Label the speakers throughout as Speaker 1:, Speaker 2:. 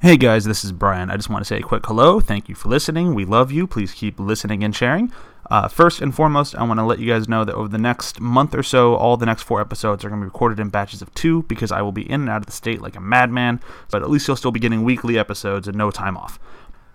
Speaker 1: Hey guys, this is Brian. I just want to say a quick hello. Thank you for listening. We love you. Please keep listening and sharing. Uh, first and foremost, I want to let you guys know that over the next month or so, all the next four episodes are going to be recorded in batches of two because I will be in and out of the state like a madman, but at least you'll still be getting weekly episodes and no time off.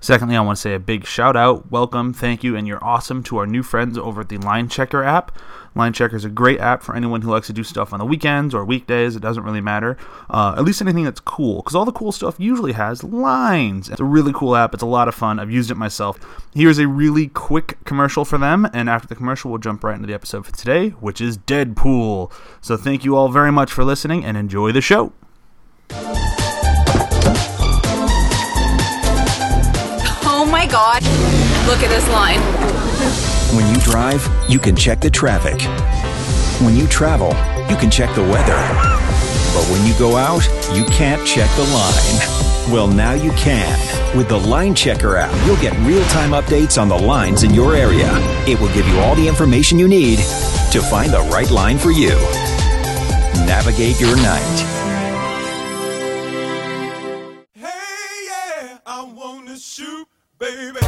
Speaker 1: Secondly, I want to say a big shout out, welcome, thank you, and you're awesome to our new friends over at the Line Checker app. Line Checker is a great app for anyone who likes to do stuff on the weekends or weekdays. It doesn't really matter. Uh, at least anything that's cool, because all the cool stuff usually has lines. It's a really cool app. It's a lot of fun. I've used it myself. Here's a really quick commercial for them, and after the commercial, we'll jump right into the episode for today, which is Deadpool. So thank you all very much for listening, and enjoy the show.
Speaker 2: Oh my god. Look at this line.
Speaker 3: When you drive, you can check the traffic. When you travel, you can check the weather. But when you go out, you can't check the line. Well, now you can. With the Line Checker app, you'll get real time updates on the lines in your area. It will give you all the information you need to find the right line for you. Navigate your night.
Speaker 4: Hey, yeah, I wanna shoot, baby.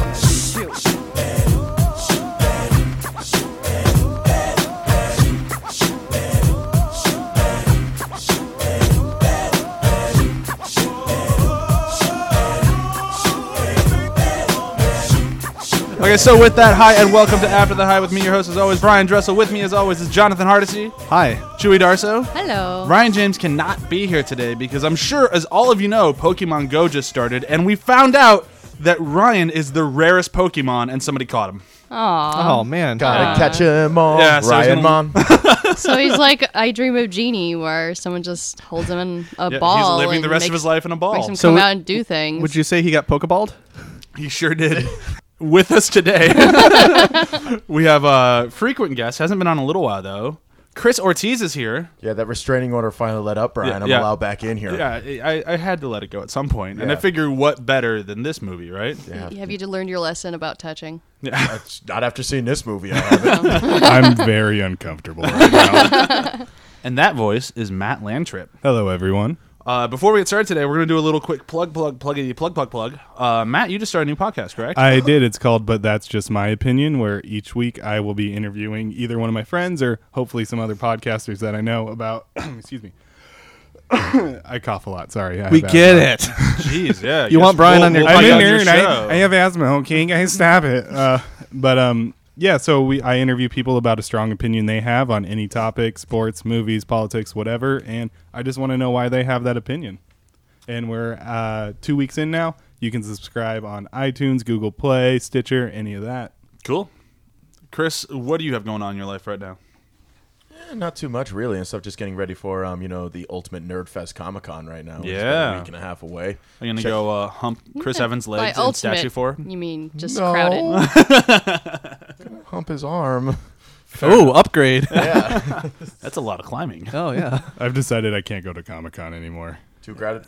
Speaker 1: Okay, so with that, hi and welcome to After the High with me, your host as always, Brian Dressel. With me as always is Jonathan Hardesty. Hi. Chewy Darso.
Speaker 5: Hello.
Speaker 1: Ryan James cannot be here today because I'm sure, as all of you know, Pokemon Go just started, and we found out that Ryan is the rarest Pokemon, and somebody caught him.
Speaker 6: Oh man,
Speaker 7: Gotta catch 'em all,
Speaker 1: Uh, Yeah, so he's gonna-
Speaker 7: Ryan Mom.
Speaker 5: So he's like I Dream of Genie, where someone just holds him in a
Speaker 1: Yeah,
Speaker 5: ball.
Speaker 1: he's living
Speaker 5: and
Speaker 1: the rest
Speaker 5: makes,
Speaker 1: of his life in a
Speaker 5: Makes
Speaker 1: ball.
Speaker 5: him
Speaker 6: So
Speaker 5: come
Speaker 6: would-
Speaker 5: out and do things.
Speaker 6: would you say he got pokeballed?
Speaker 1: He sure did. With us today, we have a frequent guest. Hasn't been on a little while though. Chris Ortiz is here.
Speaker 7: yeah, that restraining order finally let up, Brian. I'm
Speaker 1: yeah.
Speaker 7: allowed back in here.
Speaker 1: Yeah, I, I had to let it go at some point, and I
Speaker 7: Yeah.
Speaker 1: figure what better than this movie, right?
Speaker 5: Have you learned your lesson about touching?
Speaker 7: It's Not after seeing this movie, I haven't.
Speaker 8: I'm very uncomfortable right now.
Speaker 1: And that voice is Matt Landtrip.
Speaker 8: Hello, everyone.
Speaker 1: Uh, before we get started today, we're going to do a little quick plug, plug, pluggity, plug, plug, plug. Uh, Matt, you just started a new podcast, correct?
Speaker 6: Uh,
Speaker 8: I did. It's called But That's Just My Opinion, where each week I will be interviewing either one of my friends or hopefully some other podcasters that I know about. excuse me. I cough a lot. Sorry. I have asthma.
Speaker 6: it.
Speaker 1: Jeez, yeah.
Speaker 6: You want Brian on your-
Speaker 8: I'm
Speaker 6: Be
Speaker 8: in
Speaker 6: on
Speaker 8: here
Speaker 1: your
Speaker 8: and
Speaker 1: show.
Speaker 8: I, I have asthma, okay? Guys, stop it. Uh, but um, yeah, so we I interview people about a strong opinion they have on any topic, sports, movies, politics, whatever, and I just want to know why they have that opinion. And we're uh, two weeks in now. You can subscribe on iTunes, Google Play, Stitcher, any of that.
Speaker 1: Cool. Chris, what do you have going on in your life right now?
Speaker 7: Not too much, really, and stuff. Just getting ready for, um, you know, the ultimate Nerd Fest Comic Con right now. which is about
Speaker 1: Yeah.
Speaker 7: a week and a half away.
Speaker 1: Are you going to
Speaker 7: Check-
Speaker 1: go uh, hump Chris Evans'
Speaker 5: By
Speaker 1: legs in
Speaker 5: ultimate,
Speaker 1: statue for?
Speaker 5: you mean just
Speaker 7: No.
Speaker 5: crowded?
Speaker 7: hump his arm?
Speaker 6: Oh, upgrade.
Speaker 1: That's a lot of climbing.
Speaker 6: oh yeah.
Speaker 8: I've decided I can't go to Comic Con anymore.
Speaker 7: Too crowded.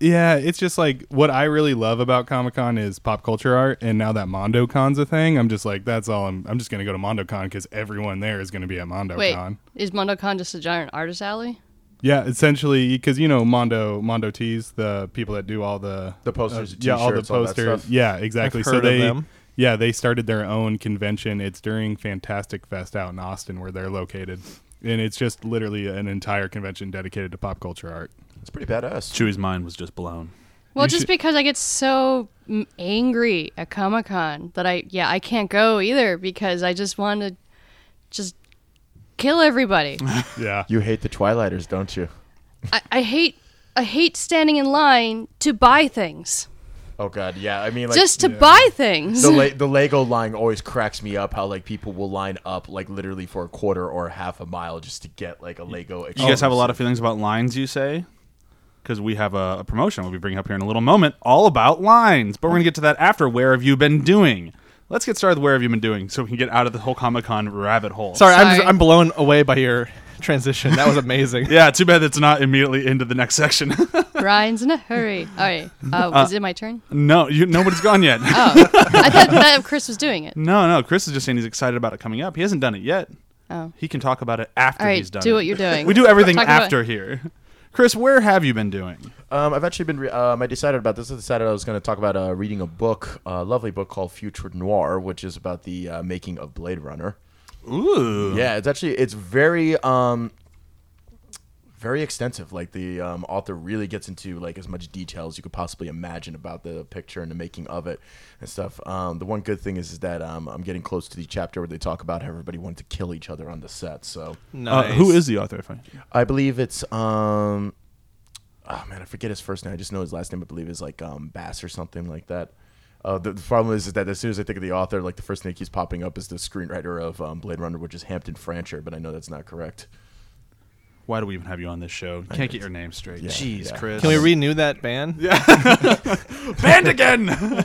Speaker 8: Yeah, it's just like what I really love about Comic Con is pop culture art, and now that Mondo Con's a thing, I'm just like, that's all. I'm, I'm just gonna go to Mondo Con because everyone there is gonna be at Mondo
Speaker 5: Wait,
Speaker 8: Con.
Speaker 5: is MondoCon just a giant artist alley?
Speaker 8: Yeah, essentially, because you know Mondo Mondo Tees, the people that do all the uh,
Speaker 7: The posters, the
Speaker 8: yeah, all the
Speaker 7: t-shirts, all that
Speaker 8: posters,
Speaker 7: stuff.
Speaker 8: yeah, exactly.
Speaker 6: I've
Speaker 8: so
Speaker 6: heard of
Speaker 8: they,
Speaker 6: them.
Speaker 8: yeah, they started their own convention. It's during Fantastic Fest out in Austin, where they're located, and it's just literally an entire convention dedicated to pop culture art.
Speaker 7: It's pretty badass.
Speaker 1: Chewie's mind was just blown.
Speaker 5: Well,
Speaker 8: You
Speaker 5: just
Speaker 8: should-
Speaker 5: because I get so m- angry at Comic Con that I yeah I can't go either because I just want to just kill everybody.
Speaker 8: Yeah,
Speaker 7: You hate the Twilighters, don't you?
Speaker 5: I, I hate I hate standing in line to buy things.
Speaker 7: Oh God, yeah. I mean, like
Speaker 5: just to buy things.
Speaker 7: the Le- the Lego line always cracks me up. How like people will line up like literally for a quarter or half a mile just to get like a Lego.
Speaker 1: You guys have a lot of feelings about lines, you say? Because we have a, a promotion we'll be bringing up here in a little moment, all about lines. But we're going to get to that after. Where have you been doing? Let's get started with where have you been doing so we can get out of the whole Comic Con rabbit hole.
Speaker 6: Sorry, I'm just,
Speaker 5: Sorry.
Speaker 6: I'm blown away by your transition. That was amazing. Uh,
Speaker 1: Yeah, too bad it's not immediately into the next section.
Speaker 5: Brian's in a hurry. All right. Uh, is it my turn?
Speaker 1: no, you, nobody's gone yet.
Speaker 5: Oh, I thought that Chris was doing it.
Speaker 1: No, no. Chris is just saying he's excited about it coming up. He hasn't done it yet.
Speaker 5: Oh.
Speaker 1: He can talk about it after
Speaker 5: All right,
Speaker 1: he's done.
Speaker 5: do
Speaker 1: it.
Speaker 5: what you're doing.
Speaker 1: We do everything
Speaker 5: Talk about-
Speaker 1: after here. Chris, where have you been doing?
Speaker 7: Um, I've actually been. Re- um, I decided about this. I decided I was going to talk about uh, reading a book, a lovely book called Future Noir, which is about the uh, making of Blade Runner.
Speaker 1: Ooh.
Speaker 7: Yeah, it's actually it's very um, very extensive. Like the um, author really gets into like as much detail as you could possibly imagine about the picture and the making of it and stuff. Um, the one good thing is, is that um, I'm getting close to the chapter where they talk about how everybody wanted to kill each other on the set. So
Speaker 9: Uh, who is the author? If I
Speaker 7: I believe it's um oh man, I forget his first name. I just know his last name. I believe is like um Bass or something like that. Uh, the, the problem is, is that as soon as I think of the author, like the first thing that keeps popping up is the screenwriter of um, Blade Runner, which is Hampton Francher, but I know that's not correct.
Speaker 1: Why do we even have you on this show? Can't get your name straight. Jeez,
Speaker 7: yeah.
Speaker 1: Chris.
Speaker 10: Can we renew that ban? Yeah.
Speaker 1: band again?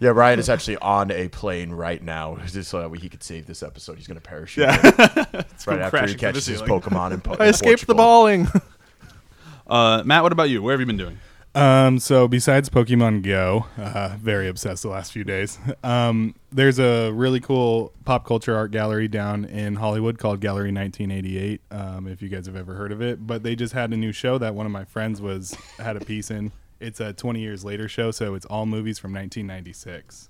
Speaker 7: Yeah, Ryan is actually on a plane right now, just so that way he could save this eepisode. He's going to parachute right after
Speaker 1: crashing
Speaker 7: he
Speaker 1: through
Speaker 7: catches
Speaker 1: the
Speaker 7: his
Speaker 1: ceiling.
Speaker 7: Pokemon in, po-
Speaker 1: I
Speaker 7: in
Speaker 1: escaped the
Speaker 7: Portugal.
Speaker 1: balling. uh, Matt, what about you? Where have you been doing?
Speaker 8: Um, so besides Pokemon Go, uh, very obsessed the last few days. Um, there's a really cool pop culture art gallery down in Hollywood called Gallery 1988. Um, if you guys have ever heard of it, but they just had a new show that one of my friends was had a piece in. It's a 20 years later show, so it's all movies from 1996.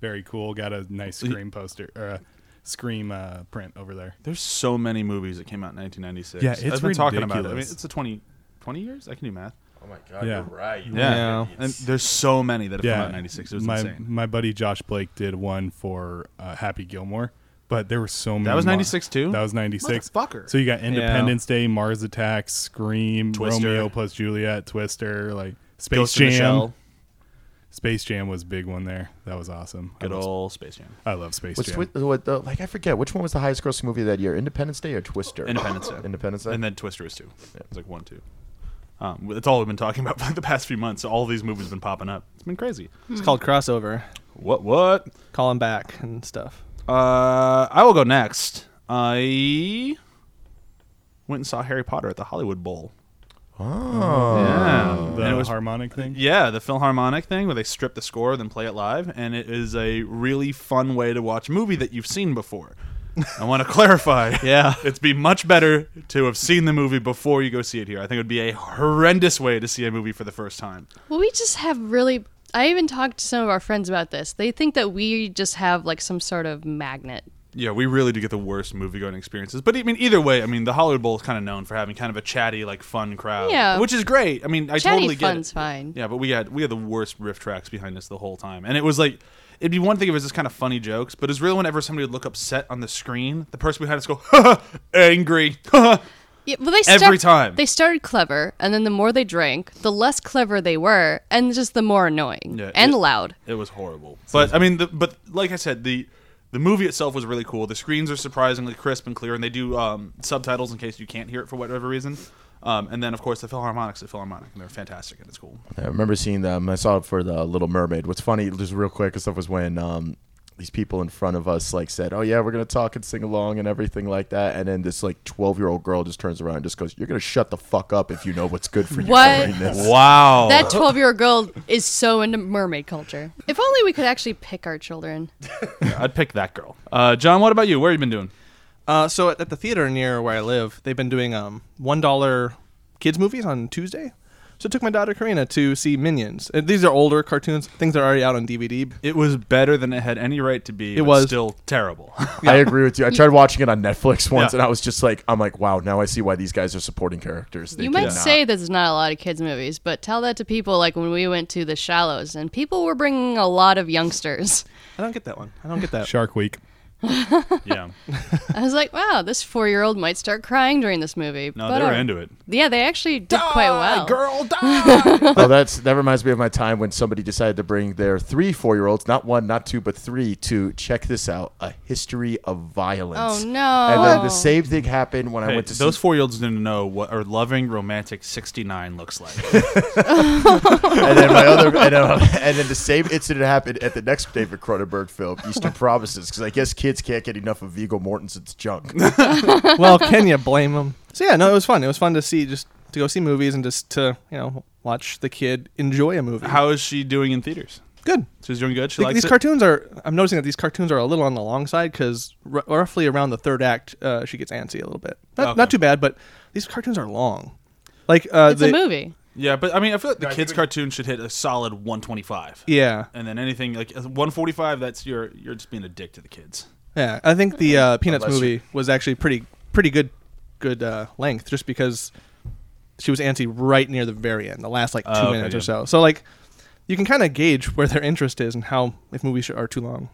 Speaker 8: Very cool. Got a nice Scream poster or a Scream uh, print over there.
Speaker 1: There's so many movies that came out in 1996.
Speaker 8: Yeah, it's
Speaker 1: I've been talking about it. I mean,
Speaker 8: ridiculous.
Speaker 1: it's a 20, 20 years. I can do math.
Speaker 7: Oh my god,
Speaker 8: Yeah.
Speaker 7: you're right.
Speaker 10: Yeah.
Speaker 1: and there's so many that have come out in 96. It was
Speaker 8: my
Speaker 1: insane.
Speaker 8: my buddy Josh Blake did one for uh, Happy Gilmore, but there were so many.
Speaker 1: was
Speaker 8: more.
Speaker 1: 96 too?
Speaker 8: That was ninety six.
Speaker 1: Motherfucker.
Speaker 8: So you got Independence Day, Mars Attacks, Scream,
Speaker 1: Twister.
Speaker 8: Romeo plus Juliet, Twister, like Space
Speaker 1: Ghost in the
Speaker 8: Jam.
Speaker 1: Shell.
Speaker 8: Space Jam was a big one there. That was awesome.
Speaker 1: Good
Speaker 8: I love,
Speaker 1: old Space Jam.
Speaker 8: I love Space
Speaker 7: What's
Speaker 8: Jam.
Speaker 7: twi- what the, like I forget which one was the highest grossing movie of that year, Independence Day or Twister?
Speaker 1: Independence Day.
Speaker 7: Independence Day.
Speaker 1: And then Twister is two. It's like one, two. Um, that's all we've been talking about for the past few months. All these movies have been popping up. It's been crazy.
Speaker 10: It's called crossover.
Speaker 1: What? What?
Speaker 10: Call him back and stuff.
Speaker 1: Uh, I will go next. I went and saw Harry Potter at the Hollywood Bowl. Oh, yeah.
Speaker 8: the
Speaker 1: And it was- uh,
Speaker 8: harmonic thing.
Speaker 1: yeah, the Philharmonic thing where they strip the score then play it live, and it is a really fun way to watch a movie that you've seen before. I want to clarify.
Speaker 10: Yeah.
Speaker 1: it's be much better to have seen the movie before you go see it here. I think it would be a horrendous way to see a movie for the first time.
Speaker 5: Well, we just have really. I even talked to some of our friends about this. They think that we just have like some sort of magnet.
Speaker 1: Yeah, we really do get the worst movie going experiences. But I mean, either way, I mean, the Hollywood Bowl is kind of known for having kind of a chatty, like, fun crowd.
Speaker 5: Yeah.
Speaker 1: which is great. I mean, I
Speaker 5: Chatty
Speaker 1: totally get.
Speaker 5: fun's
Speaker 1: it.
Speaker 5: fine.
Speaker 1: Yeah, but we had we had the worst riff tracks behind us the whole time, and it was like. It'd be one thing if it was just kind of funny jokes, but it's really whenever somebody would look upset on the screen, the person behind us go, angry.
Speaker 5: Yeah, well, they
Speaker 1: Every time.
Speaker 5: they started clever, and then the more they drank, the less clever they were, and just the more annoying
Speaker 1: Yeah,
Speaker 5: and
Speaker 1: it-
Speaker 5: loud.
Speaker 1: It was horrible. But I mean, the, but like I said, the the movie itself was really cool. The screens are surprisingly crisp and clear, and they do um, subtitles in case you can't hear it for whatever reason. Um, and then, of course, the Philharmonics, the Philharmonic, and they're fantastic and it's cool.
Speaker 7: I remember seeing them. I saw it for the Little Mermaid. What's funny, just real quick, and stuff was when um, these people in front of us like said, "Oh yeah, we're gonna talk and sing along and everything like that," and then this like twelve year old girl just turns around and just goes, "You're gonna shut the fuck up if you know what's good for you."
Speaker 5: What?
Speaker 7: during this."
Speaker 1: Wow.
Speaker 5: That twelve-year-old girl is so into mermaid culture. If only we could actually pick our children.
Speaker 1: I'd pick that girl. Uh, John, what about you? Where have you been doing?
Speaker 10: Uh, so at, at the theater near where I live, they've been doing um one dollar kids movies on Tuesday. So I took my daughter Karina to see Minions. Uh, These are older cartoons, things that are already out on DVD.
Speaker 1: It was better than it had any right to be. It
Speaker 10: was.
Speaker 1: still terrible.
Speaker 7: I agree with you. I tried watching it on Netflix once,
Speaker 1: Yeah.
Speaker 7: and I was just like, "I'm like, wow, now I see why these guys are supporting characters." They
Speaker 5: you
Speaker 7: did
Speaker 5: might
Speaker 7: not-
Speaker 5: say that there's not a lot of kids movies, but tell that to people like when we went to The Shallows, and people were bringing a lot of youngsters.
Speaker 10: I don't get that one. I don't get that.
Speaker 8: Shark Week.
Speaker 1: yeah.
Speaker 5: I was like, wow, this four-year-old might start crying during this movie.
Speaker 1: No,
Speaker 5: but,
Speaker 1: they were
Speaker 5: uh,
Speaker 1: into it.
Speaker 5: Yeah, they actually did quite well.
Speaker 1: Girl, die!
Speaker 7: oh, that's that reminds me of my time when somebody decided to bring their three four year olds, not one, not two, but three, to check this out: a history of violence.
Speaker 5: Oh,
Speaker 7: And then
Speaker 5: no.
Speaker 7: the same thing happened when I went to
Speaker 1: those
Speaker 7: see,
Speaker 1: four year olds didn't know what a loving, romantic 69 looks like.
Speaker 7: and then my other, and, uh, and then the same incident happened at the next David Cronenberg film, Eastern Promises, because I guess kids can't get enough of Viggo Mortensen's junk.
Speaker 10: well, can you blame them? So yeah, no, it was fun. It was fun to see just to go see movies and just to you know watch the kid enjoy a movie.
Speaker 1: How is she doing in theaters?
Speaker 10: good.
Speaker 1: She's doing good. She
Speaker 10: Th-
Speaker 1: likes
Speaker 10: these
Speaker 1: it.
Speaker 10: cartoons are. I'm noticing that these cartoons are a little on the long side because r- roughly around the third act, uh, she gets antsy a little bit. Not,
Speaker 1: Okay.
Speaker 10: not too bad, but these cartoons are long. Like uh,
Speaker 5: It's
Speaker 10: the
Speaker 5: a movie.
Speaker 6: Yeah, but I mean, I feel like the kids' cartoon should hit a solid 125.
Speaker 10: Yeah,
Speaker 6: And then anything like 145, that's your you're just being a dick to the kids.
Speaker 10: yeah. I think the uh, Peanuts
Speaker 7: Unless
Speaker 10: movie was actually pretty pretty good good uh, length, just because she was antsy right near the very end, the last like two
Speaker 6: okay,
Speaker 10: minutes or
Speaker 6: yeah.
Speaker 10: so. So like, you can kind of gauge where their interest is and how if movies are too long.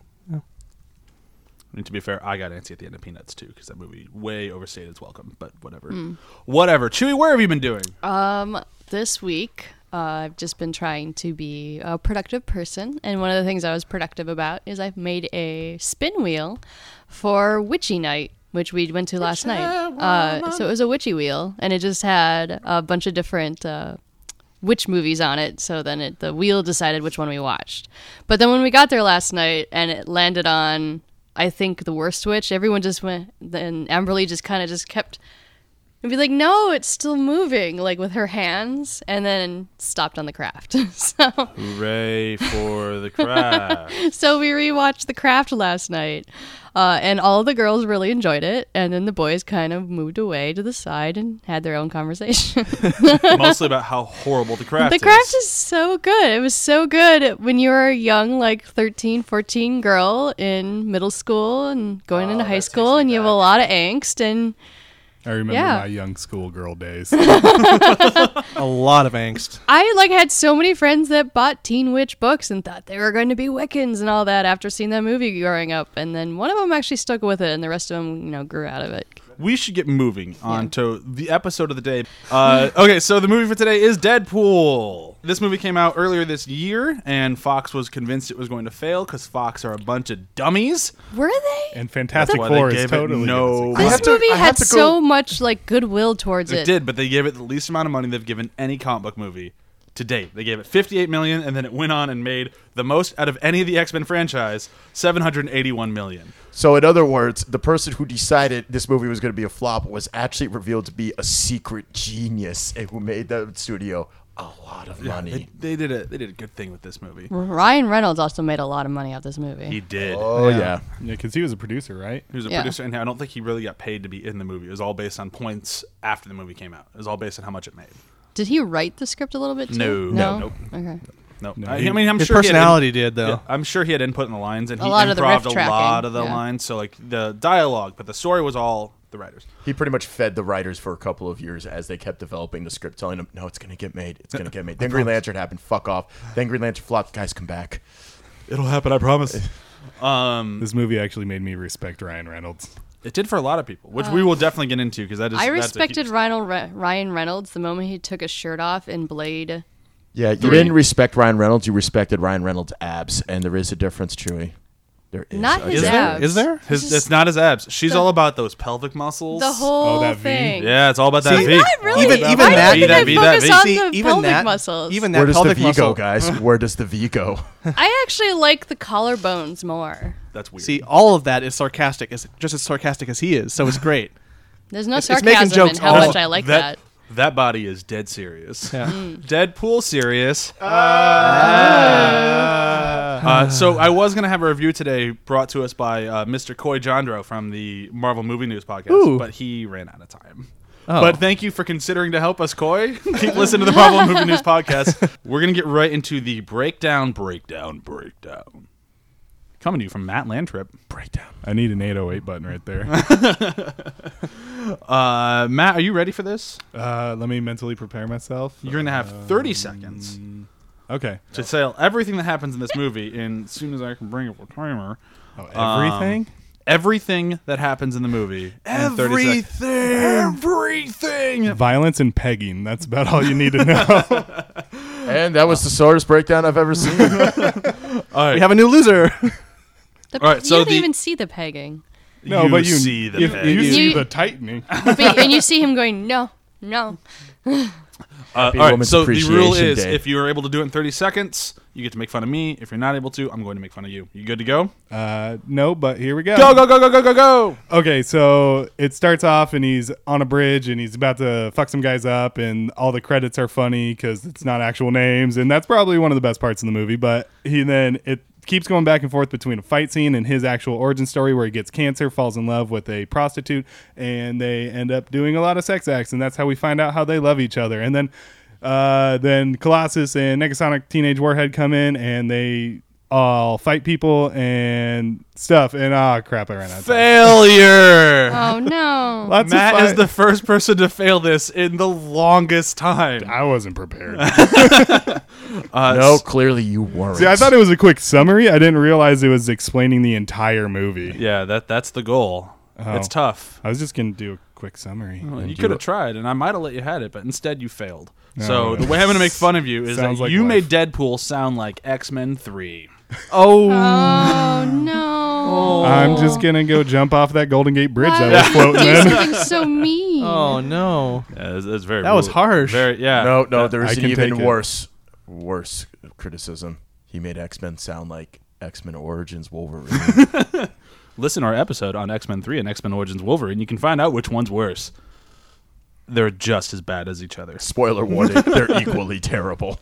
Speaker 6: I mean, to be fair, I got antsy at the end of Peanuts too because that movie way overstated its welcome. But whatever,
Speaker 5: Hmm.
Speaker 6: whatever. Chewy, where have you been doing?
Speaker 5: Um, this week, uh, I've just been trying to be a productive person, and one of the things I was productive about is I've made a spin wheel for Witchy Night, which we went to last night. Uh, so it was a witchy wheel, and it just had a bunch of different uh, witch movies on it. So then it, the wheel decided which one we watched. But then when we got there last night, and it landed on. I think the worst witch. Everyone just went. Then Amberly just kind of just kept and be like, no, it's still moving, like with her hands, and then stopped on the craft. so,
Speaker 6: Hooray for the craft!
Speaker 5: so we rewatched the craft last night, uh, and all the girls really enjoyed it, and then the boys kind of moved away to the side and had their own conversation.
Speaker 6: Mostly about how horrible the craft.
Speaker 5: the craft is so good. It was so good when you were a young, like 13, 14 girl in middle school and going into high school, and you have a lot of angst and.
Speaker 8: I remember
Speaker 5: Yeah.
Speaker 8: my young schoolgirl days.
Speaker 10: A lot of angst.
Speaker 5: I like had so many friends that bought Teen Witch books and thought they were going to be Wiccans and all that after seeing that movie growing up, and then one of them actually stuck with it, and the rest of them, you know, grew out of it.
Speaker 6: We should get moving on to the episode of the day. Uh, okay, so the movie for today is Deadpool. This movie came out earlier this year, and Fox was convinced it was going to fail because Fox are a bunch of dummies.
Speaker 5: Were they?
Speaker 8: and Fantastic
Speaker 6: why they
Speaker 8: Four is
Speaker 6: gave it
Speaker 8: totally
Speaker 6: no-
Speaker 8: gonna
Speaker 6: I
Speaker 5: This
Speaker 6: have to-
Speaker 5: movie
Speaker 7: I have
Speaker 5: had
Speaker 7: to go-
Speaker 5: so much like goodwill towards
Speaker 6: They
Speaker 5: it.
Speaker 6: did, but they gave it the least amount of money they've given any comic book movie to date. They gave it 58 million, and then it went on and made the most out of any of the X Men franchise, 781 million.
Speaker 7: So, in other words, the person who decided this movie was going to be a flop was actually revealed to be a secret genius and who made the studio a lot of money.
Speaker 6: They, they did a they did a good thing with this movie.
Speaker 5: Ryan Reynolds also made a lot of money off this movie.
Speaker 6: He did.
Speaker 7: oh, yeah.
Speaker 8: Yeah, because he was a producer, right?
Speaker 1: Mm-hmm.
Speaker 6: He was a
Speaker 5: Yeah.
Speaker 6: producer, and I don't think he really got paid to be in the movie. It was all based on points after the movie came out. It was all based on how much it made.
Speaker 5: did he write the script a little bit too?
Speaker 6: No.
Speaker 5: no,
Speaker 6: No. Nope.
Speaker 5: Okay.
Speaker 6: No,
Speaker 8: No,
Speaker 6: I,
Speaker 8: he-
Speaker 6: I mean, I'm
Speaker 10: His
Speaker 6: sure he had in-
Speaker 10: personality did though.
Speaker 6: Yeah, I'm sure he had input in the lines, and
Speaker 5: A
Speaker 6: he
Speaker 5: lot of the riff
Speaker 6: improved a
Speaker 5: tracking,
Speaker 6: lot of the
Speaker 5: yeah.
Speaker 6: lines. So like the dialogue, but the story was all the writers.
Speaker 7: He pretty much fed the writers for a couple of years as they kept developing the script, telling them, no, it's going to get made. It's going to get made. Then Green Lantern happened. Fuck off. Then Green Lantern flopped. Guys, come back.
Speaker 6: It'll happen, I promise. um,
Speaker 8: This movie actually made me respect Ryan Reynolds.
Speaker 6: it did for a lot of people, which we will definitely get into because that is.
Speaker 5: I
Speaker 6: that's a
Speaker 5: respected
Speaker 6: huge-
Speaker 5: Ryan Re- Ryan Reynolds the moment he took his shirt off in Blade.
Speaker 7: Yeah, you didn't respect Ryan Reynolds. You respected Ryan Reynolds' abs, and there is a difference, Chewy. There is.
Speaker 5: Not
Speaker 7: a
Speaker 5: his
Speaker 7: difference.
Speaker 5: abs.
Speaker 10: Is there?
Speaker 6: His, it's not his abs. She's all about those pelvic muscles.
Speaker 5: The whole
Speaker 8: that V?
Speaker 5: thing.
Speaker 6: Oh, Yeah, it's all about that
Speaker 10: See,
Speaker 6: V.
Speaker 5: Not really.
Speaker 10: Even-
Speaker 5: Why
Speaker 10: even
Speaker 5: do
Speaker 10: that-
Speaker 5: you think
Speaker 6: that
Speaker 5: I
Speaker 6: V, that
Speaker 5: focus
Speaker 6: V.
Speaker 5: on
Speaker 10: See,
Speaker 5: the
Speaker 10: even
Speaker 5: pelvic
Speaker 10: that-
Speaker 5: muscles.
Speaker 10: even that
Speaker 7: Where does the
Speaker 10: pelvic
Speaker 7: V
Speaker 10: muscle
Speaker 7: go, guys? Where does the V go?
Speaker 5: I actually like the collarbones more.
Speaker 6: That's weird.
Speaker 10: See, all of that is sarcastic, is just as sarcastic as he is. So it's great.
Speaker 5: There's no
Speaker 10: It's- it's
Speaker 5: sarcasm
Speaker 10: making jokes
Speaker 5: in how
Speaker 10: all-
Speaker 5: much I like that. Mm.
Speaker 6: that. body is dead serious.
Speaker 10: Yeah.
Speaker 6: Deadpool serious.
Speaker 10: Ah.
Speaker 6: Uh, so I was gonna have a review today brought to us by uh, Mr. Coy Jandro from the Marvel Movie News podcast,
Speaker 10: Ooh.
Speaker 6: but he ran out of time.
Speaker 10: Oh.
Speaker 6: But thank you for considering to help us, Coy. Keep listening to the Marvel Movie News podcast. We're gonna get right into the breakdown, breakdown, breakdown. Coming to you from Matt Landtrip.
Speaker 7: Breakdown.
Speaker 8: I need an 808 button right there.
Speaker 6: Uh, Matt, are you ready for this?
Speaker 8: uh, let me mentally prepare myself.
Speaker 6: You're gonna have 30 seconds.
Speaker 8: Okay.
Speaker 6: to tell everything that happens in this movie and as soon as I can bring up a timer.
Speaker 8: Oh, everything?
Speaker 6: Everything that happens in the movie. Everything. Everything.
Speaker 8: Violence and pegging. That's about all you need to know.
Speaker 7: And that was the shortest breakdown I've ever seen.
Speaker 10: We have a new loser.
Speaker 5: The,
Speaker 6: All right, so
Speaker 5: you didn't
Speaker 6: the-
Speaker 5: even see the pegging.
Speaker 8: no,
Speaker 6: You
Speaker 8: but you
Speaker 6: see the
Speaker 8: you,
Speaker 6: pegging.
Speaker 8: you see
Speaker 5: You-
Speaker 8: the tightening.
Speaker 5: But- and you see him going, no, no.
Speaker 6: Uh,
Speaker 7: Happy
Speaker 6: all right,
Speaker 7: Woman's
Speaker 6: so the rule
Speaker 7: Appreciation
Speaker 6: is
Speaker 7: Day.
Speaker 6: if you are able to do it in 30 seconds, you get to make fun of me. If you're not able to, I'm going to make fun of you. You good to go?
Speaker 8: Uh, no, but here we go.
Speaker 6: Go, go, go, go, go, go, go.
Speaker 8: Okay, so it starts off and he's on a bridge and he's about to fuck some guys up, and all the credits are funny because it's not actual names, and that's probably one of the best parts in the movie. But he then it keeps going back and forth between a fight scene and his actual origin story where he gets cancer, falls in love with a prostitute, and they end up doing a lot of sex acts, and that's how we find out how they love each other. And then uh, then Colossus and Negasonic Teenage Warhead come in and they all fight people and stuff. And ah, crap, I ran out. of time.
Speaker 6: Failure.
Speaker 5: Oh no.
Speaker 8: Lots of
Speaker 6: Matt is
Speaker 8: fight-
Speaker 6: the first person to fail this in the longest time.
Speaker 8: I wasn't prepared.
Speaker 6: Uh,
Speaker 7: no, clearly you weren't.
Speaker 8: See, I thought it was a quick summary. I didn't realize it was explaining the entire movie.
Speaker 6: Yeah, that that's the goal. It's tough.
Speaker 8: I was just gonna do a quick summary.
Speaker 6: you could have tried, and I might have let you had it, but instead you failed. so the way I'm going to make fun of you is that
Speaker 8: Sounds like
Speaker 6: you
Speaker 8: life.
Speaker 6: made Deadpool sound like X Men Three.
Speaker 5: Oh
Speaker 8: Oh.
Speaker 6: Oh.
Speaker 5: no.
Speaker 8: I'm just gonna go jump off that Golden Gate Bridge that was floating
Speaker 5: do
Speaker 8: in.
Speaker 5: something so mean.
Speaker 10: Oh no.
Speaker 6: Yeah, that's, that's very.
Speaker 10: That was
Speaker 6: rude.
Speaker 10: harsh.
Speaker 6: Very yeah.
Speaker 7: No, no, there
Speaker 8: I
Speaker 7: is an
Speaker 8: can
Speaker 7: even
Speaker 8: take it.
Speaker 7: worse, worse criticism. He made X Men sound like X Men Origins Wolverine.
Speaker 6: Listen to our episode on X Men Three and X Men Origins Wolverine. You can find out which one's worse. They're just as bad as each other.
Speaker 7: Spoiler warning: they're equally terrible.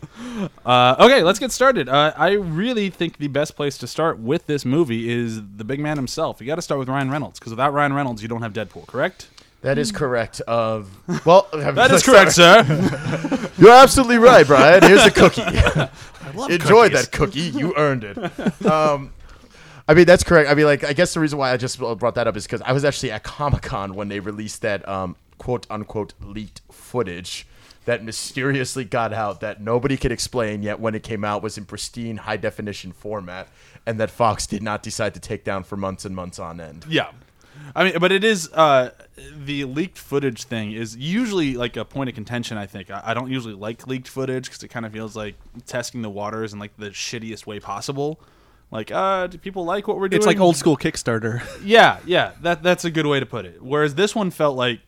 Speaker 6: Uh, okay, let's get started. Uh, I really think the best place to start with this movie is the big man himself. You got to start with Ryan Reynolds because without Ryan Reynolds, you don't have Deadpool. Correct?
Speaker 7: That is correct. Of well,
Speaker 6: That is correct, sir.
Speaker 7: You're absolutely right, Brian. Here's a cookie. Enjoy that cookie. You earned it. Um, I mean, that's correct. I mean, like, I guess the reason why I just brought that up is because I was actually at Comic Con when they released that um, quote unquote leaked footage that mysteriously got out that nobody could explain yet when it came out was in pristine high definition format and that Fox did not decide to take down for months and months on end.
Speaker 6: Yeah. I mean, but it is uh, the leaked footage thing is usually like a point of contention. I think I, I don't usually like leaked footage because it kind of feels like testing the waters in like the shittiest way possible. Like, uh, do people like what we're doing?
Speaker 10: It's like old school Kickstarter.
Speaker 6: Yeah, yeah. That that's a good way to put it. Whereas this one felt like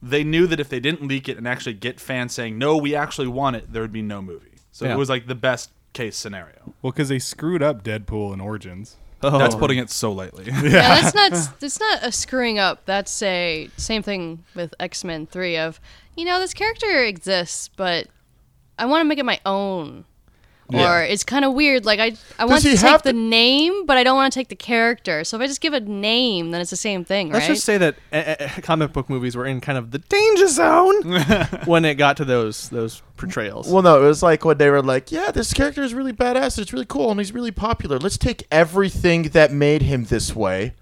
Speaker 6: they knew that if they didn't leak it and actually get fans saying no, we actually want it, there would be no movie. So
Speaker 10: Yeah.
Speaker 6: it was like the best case scenario.
Speaker 8: Well, because they screwed up Deadpool and Origins.
Speaker 6: That's putting it so lightly.
Speaker 5: Yeah, that's not that's not a screwing up. That's a same thing with X Men Three of you know this character exists, but I want to make it my own. Or it's kind of weird. Like I, I want
Speaker 7: he
Speaker 5: to
Speaker 7: have
Speaker 5: take the
Speaker 7: to-
Speaker 5: name, but I don't want to take the character. So if I just give a name, then it's the same thing,
Speaker 10: Let's
Speaker 5: right?
Speaker 10: just say that uh, uh, comic book movies were in kind of the danger zone when it got to those those portrayals.
Speaker 7: Well, no, it was like when they were like, "Yeah, this character is really badass. and It's really cool, and he's really popular. Let's take everything that made him this way,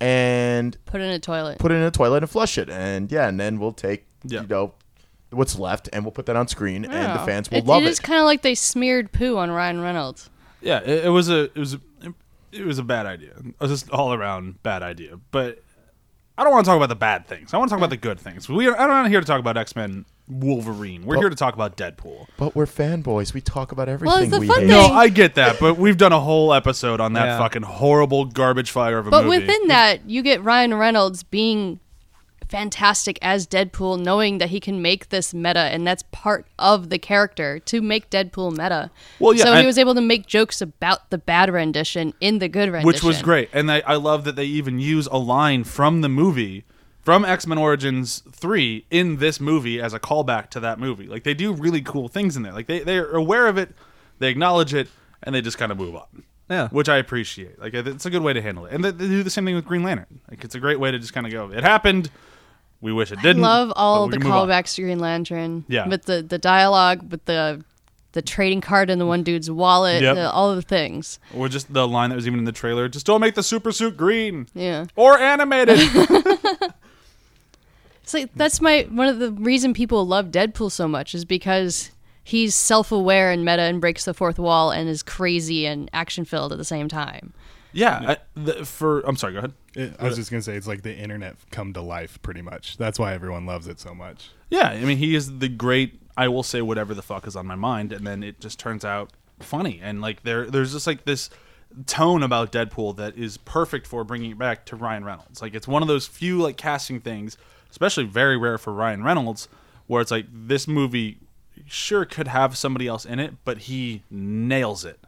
Speaker 7: and
Speaker 5: Put it in a toilet.
Speaker 7: put it in a toilet and flush it. And yeah, and then we'll take
Speaker 6: Yeah.
Speaker 7: you know what's left, and we'll put that on screen, and the fans will
Speaker 5: It-
Speaker 7: love
Speaker 5: it
Speaker 7: it.
Speaker 5: is kind of like they smeared poo on Ryan Reynolds.
Speaker 6: Yeah, it, it was a it was a, it was a bad idea. It was just all around bad idea. But I don't want to talk about the bad things. I want to talk about the good things. We are, I'm not here to talk about X Men Wolverine. We're here to talk about Deadpool.
Speaker 7: but we're fanboys. We talk about everything.
Speaker 5: Well, it's the
Speaker 7: we
Speaker 5: fun
Speaker 7: hate.
Speaker 5: thing.
Speaker 6: No, I get that, but we've done a whole episode on that
Speaker 10: Yeah.
Speaker 6: fucking horrible garbage fire of a
Speaker 5: But
Speaker 6: movie.
Speaker 5: within that, you get Ryan Reynolds being fantastic as Deadpool, knowing that he can make this meta, and that's part of the character to make Deadpool meta.
Speaker 6: Well, yeah,
Speaker 5: so
Speaker 6: and-
Speaker 5: he was able to make jokes about the bad rendition in the good rendition,
Speaker 6: which was great. And I, I love that they even use a line from the movie, from X Men Origins three, in this movie as a callback to that movie. Like they do really cool things in there. Like they they're aware of it, they acknowledge it, and they just kind of move on.
Speaker 10: Yeah.
Speaker 6: which I appreciate. Like it's a good way to handle it. And they, they do the same thing with Green Lantern. Like it's a great way to just kind of go. It happened. We wish it didn't.
Speaker 5: Love
Speaker 6: but
Speaker 5: all
Speaker 6: we
Speaker 5: the
Speaker 6: can move on."
Speaker 5: callbacks to Green Lantern.
Speaker 6: Yeah.
Speaker 5: with the the dialogue, with the the trading card in the one dude's wallet,
Speaker 6: Yep.
Speaker 5: the, all of the things.
Speaker 6: Or just the line that was even in the trailer. Just don't make the super suit green.
Speaker 5: Yeah.
Speaker 6: Or animated.
Speaker 5: It's like that's my one of the reason people love Deadpool so much is because he's self-aware and meta and breaks the fourth wall and is crazy and action-filled at the same time.
Speaker 6: yeah. I, the, for I'm sorry. Go ahead.
Speaker 8: It- I was just gonna say it's like the internet come to life, pretty much. That's why everyone loves it so much.
Speaker 6: Yeah, I mean, he is the great. I will say whatever the fuck is on my mind, and then it just turns out funny. And like there, there's just like this tone about Deadpool that is perfect for bringing it back to Ryan Reynolds. Like it's one of those few like casting things, especially very rare for Ryan Reynolds, where it's like this movie sure could have somebody else in it, but he nails it.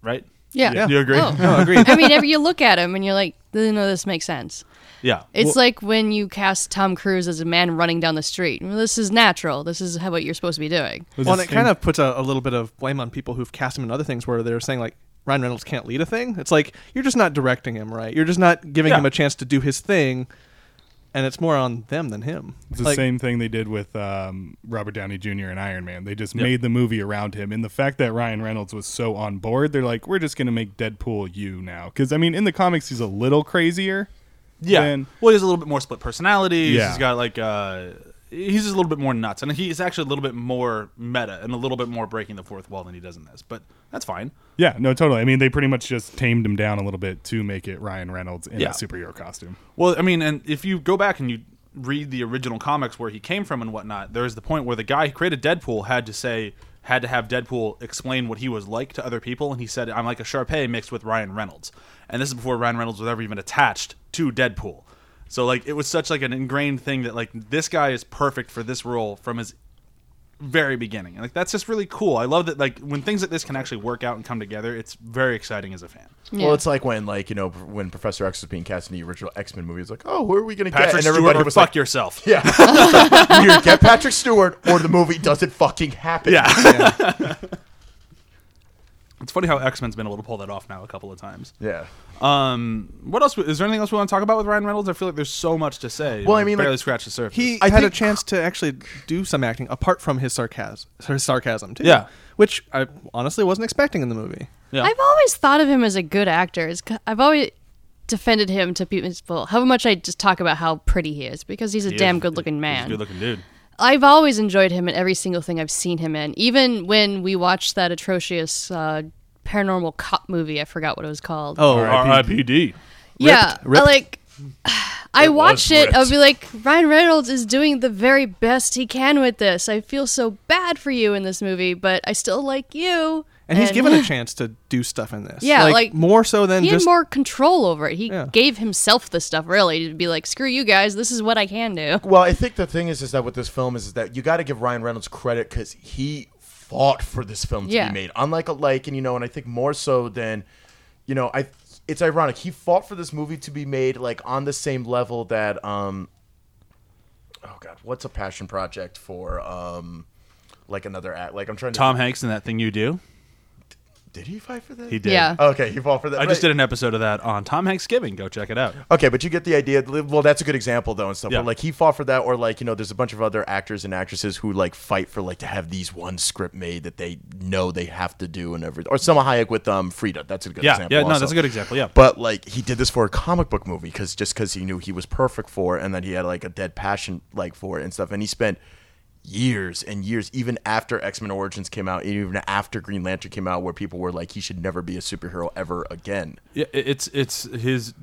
Speaker 6: Right?
Speaker 5: Yeah.
Speaker 6: Yeah. You agree?
Speaker 5: Oh.
Speaker 10: No, agreed.
Speaker 5: I mean, every, you look at him and you're like, you know, this makes sense.
Speaker 6: Yeah.
Speaker 5: It's like when you cast Tom Cruise as a man running down the street. Well, this is natural. This is how what you're supposed to be doing.
Speaker 8: Was
Speaker 10: Well, and
Speaker 8: this
Speaker 10: it kind
Speaker 8: thing-
Speaker 10: of puts a, a little bit of blame on people who've cast him in other things where they're saying like Ryan Reynolds can't lead a thing. It's like you're just not directing him right. You're just not giving
Speaker 6: Yeah.
Speaker 10: him a chance to do his thing, and it's more on them than him.
Speaker 8: It's the
Speaker 10: Like,
Speaker 8: same thing they did with um, Robert Downey Jr. and Iron Man. They just made the movie around him, and the fact that Ryan Reynolds was so on board, they're like, "We're just gonna make Deadpool you now." Because I mean, in the comics, he's a little crazier.
Speaker 6: Yeah.
Speaker 8: than-
Speaker 6: well, he has a little bit more split personalities.
Speaker 8: Yeah.
Speaker 6: He's got like uh he's just a little bit more nuts, and he's actually a little bit more meta and a little bit more breaking the fourth wall than he does in this. But that's fine.
Speaker 8: Yeah, no, totally. I mean, they pretty much just tamed him down a little bit to make it Ryan Reynolds in
Speaker 6: Yeah.
Speaker 8: a superhero costume.
Speaker 6: Well, I mean, and if you go back and you read the original comics where he came from and whatnot, there is the point where the guy who created Deadpool had to say had to have Deadpool explain what he was like to other people, and he said, "I'm like a Sharpay mixed with Ryan Reynolds," and this is before Ryan Reynolds was ever even attached to Deadpool. So like it was such like an ingrained thing that like this guy is perfect for this role from his very beginning. And like that's just really cool. I love that like when things like this can actually work out and come together, it's very exciting as a fan.
Speaker 5: Yeah.
Speaker 7: Well, it's like when, like you know, when Professor X was being cast in the original X Men movie, it's like, oh, who are we gonna
Speaker 6: Patrick
Speaker 7: get?
Speaker 6: Stewart, or
Speaker 7: was
Speaker 6: fuck
Speaker 7: like,
Speaker 6: yourself.
Speaker 7: yeah, you either get Patrick Stewart or the movie doesn't fucking happen.
Speaker 6: Yeah. it's funny how X Men's been able to pull that off now a couple of times.
Speaker 7: yeah.
Speaker 6: Um, what else? Is there anything else we want to talk about with Ryan Reynolds? I feel like there's so much to say.
Speaker 7: Well, I
Speaker 6: We
Speaker 7: mean, like,
Speaker 6: barely scratched the surface.
Speaker 10: He
Speaker 7: I
Speaker 10: had a
Speaker 7: think-
Speaker 10: chance to actually do some acting apart from his sarcasm, his sarcasm too.
Speaker 6: Yeah.
Speaker 10: which I honestly wasn't expecting in the movie.
Speaker 6: Yeah.
Speaker 5: I've always thought of him as a good actor. It's, c- I've always defended him to people. How much I just talk about how pretty he is because he's a
Speaker 6: He
Speaker 5: damn
Speaker 6: is-
Speaker 5: good-looking man.
Speaker 6: He's a good-looking dude.
Speaker 5: I've always enjoyed him in every single thing I've seen him in. Even when we watched that atrocious uh, paranormal cop movie, I forgot what it was called.
Speaker 10: Oh,
Speaker 6: R.I.P.D.
Speaker 5: yeah, I
Speaker 10: ripped.
Speaker 5: like I watched it. I'll
Speaker 7: ripped.
Speaker 5: be like, Ryan Reynolds is doing the very best he can with this. I feel so bad for you in this movie, but I still like you.
Speaker 10: And he's given a chance to do stuff in this.
Speaker 5: Yeah, like,
Speaker 10: more so than
Speaker 5: He
Speaker 10: just
Speaker 5: had more control over it. He
Speaker 10: Yeah.
Speaker 5: gave himself the stuff really to be like, screw you guys. This is what I can do.
Speaker 7: Well, I think the thing is, is that with this film is, is that you got to give Ryan Reynolds credit because he fought for this film to
Speaker 5: Yeah.
Speaker 7: be made. Unlike a like, and you know, and I think more so than, you know, I. It's ironic. He fought for this movie to be made like on the same level that, um, oh god, what's a passion project for, um, like another act? Like I'm trying to.
Speaker 6: Tom Hanks and that thing you do.
Speaker 7: did Oh. he fight for that?
Speaker 6: He did.
Speaker 5: Yeah.
Speaker 7: Okay, he fought for that.
Speaker 6: I just
Speaker 7: Right.
Speaker 6: did an episode of that on Tom Hanks Giving. Go check it out.
Speaker 7: Okay, but you get the idea. Well, that's a good example though, and stuff.
Speaker 6: Yeah.
Speaker 7: Where, like he fought for that, or like you know, there's a bunch of other actors and actresses who like fight for like to have these one script made that they know they have to do and everything. Or Selma Hayek with um Frida. That's a good
Speaker 6: Yeah,
Speaker 7: example.
Speaker 6: yeah, no,
Speaker 7: also.
Speaker 6: that's a good example, yeah.
Speaker 7: but like he did this for a comic book movie because just because he knew he was perfect for, it and that he had like a dead passion like for it and stuff, and he spent years and years even after x-men origins came out even after green lantern came out where people were like he should never be a superhero ever again
Speaker 6: Yeah, it- it's it's his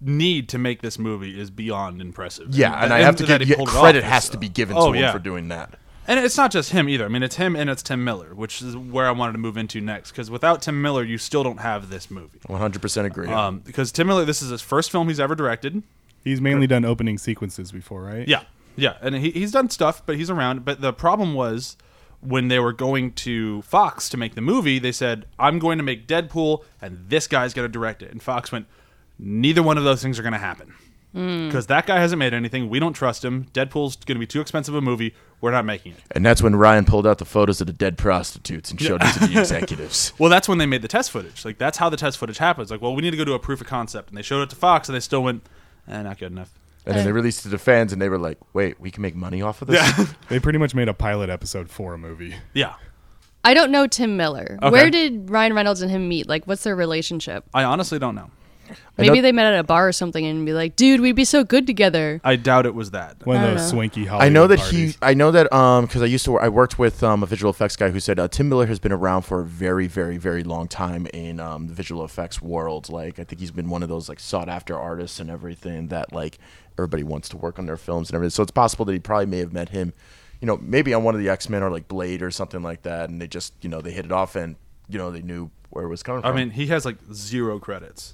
Speaker 6: need to make this movie is beyond impressive.
Speaker 7: Yeah, and, I have to
Speaker 6: that
Speaker 7: give
Speaker 6: he
Speaker 7: yeah,
Speaker 6: pulled it off
Speaker 7: credit
Speaker 6: is,
Speaker 7: has
Speaker 6: uh,
Speaker 7: to be given
Speaker 6: oh,
Speaker 7: to him
Speaker 6: yeah.
Speaker 7: for doing that.
Speaker 6: And it's not just him either. I mean, it's him and it's Tim Miller, which is where I wanted to move into next. Because without Tim Miller, you still don't have this movie.
Speaker 7: 100% agree.
Speaker 6: Um, because Tim Miller, this is his first film he's ever directed.
Speaker 8: He's mainly done opening sequences before, right?
Speaker 6: Yeah, yeah, and he, he's done stuff, but he's around. But the problem was when they were going to Fox to make the movie, they said, "I'm going to make Deadpool, and this guy's going to direct it." And Fox went, "Neither one of those things are going to happen." Because that guy hasn't made anything. We don't trust him. Deadpool's going to be too expensive a movie. We're not making it.
Speaker 7: and that's when Ryan pulled out the photos of the dead prostitutes and showed it to the executives.
Speaker 6: Well, that's when they made the test footage. Like that's how the test footage happens. Like, well, we need to go do a proof of concept, and they showed it to Fox, and they still went, eh, "Not good enough."
Speaker 7: And then they released it to fans and they were like, wait, we can make money off of this?
Speaker 8: They pretty much made a pilot episode for a movie.
Speaker 6: Yeah,
Speaker 5: I don't know Tim Miller.
Speaker 6: Okay.
Speaker 5: Where did Ryan Reynolds and him meet? Like, what's their relationship?
Speaker 6: I honestly don't know.
Speaker 7: know-
Speaker 5: Maybe they met at a bar or something and be like, dude, we'd be so good together.
Speaker 6: I doubt it was that.
Speaker 8: One
Speaker 5: I
Speaker 8: of
Speaker 5: don't
Speaker 8: those
Speaker 5: know.
Speaker 8: swanky Hollywood
Speaker 7: I know that
Speaker 8: parties.
Speaker 7: he, I know that, um, because I used to, wor- I worked with um, a visual effects guy who said uh, Tim Miller has been around for a very, very, very long time in um, the visual effects world. Like, I think he's been one of those like sought after artists and everything that like everybody wants to work on their films and everything. So it's possible that he probably may have met him, you know, maybe on one of the X Men or like Blade or something like that, and they just, you know, they hit it off and you know they knew where it was coming
Speaker 6: I
Speaker 7: from.
Speaker 6: mean, he has like zero credits.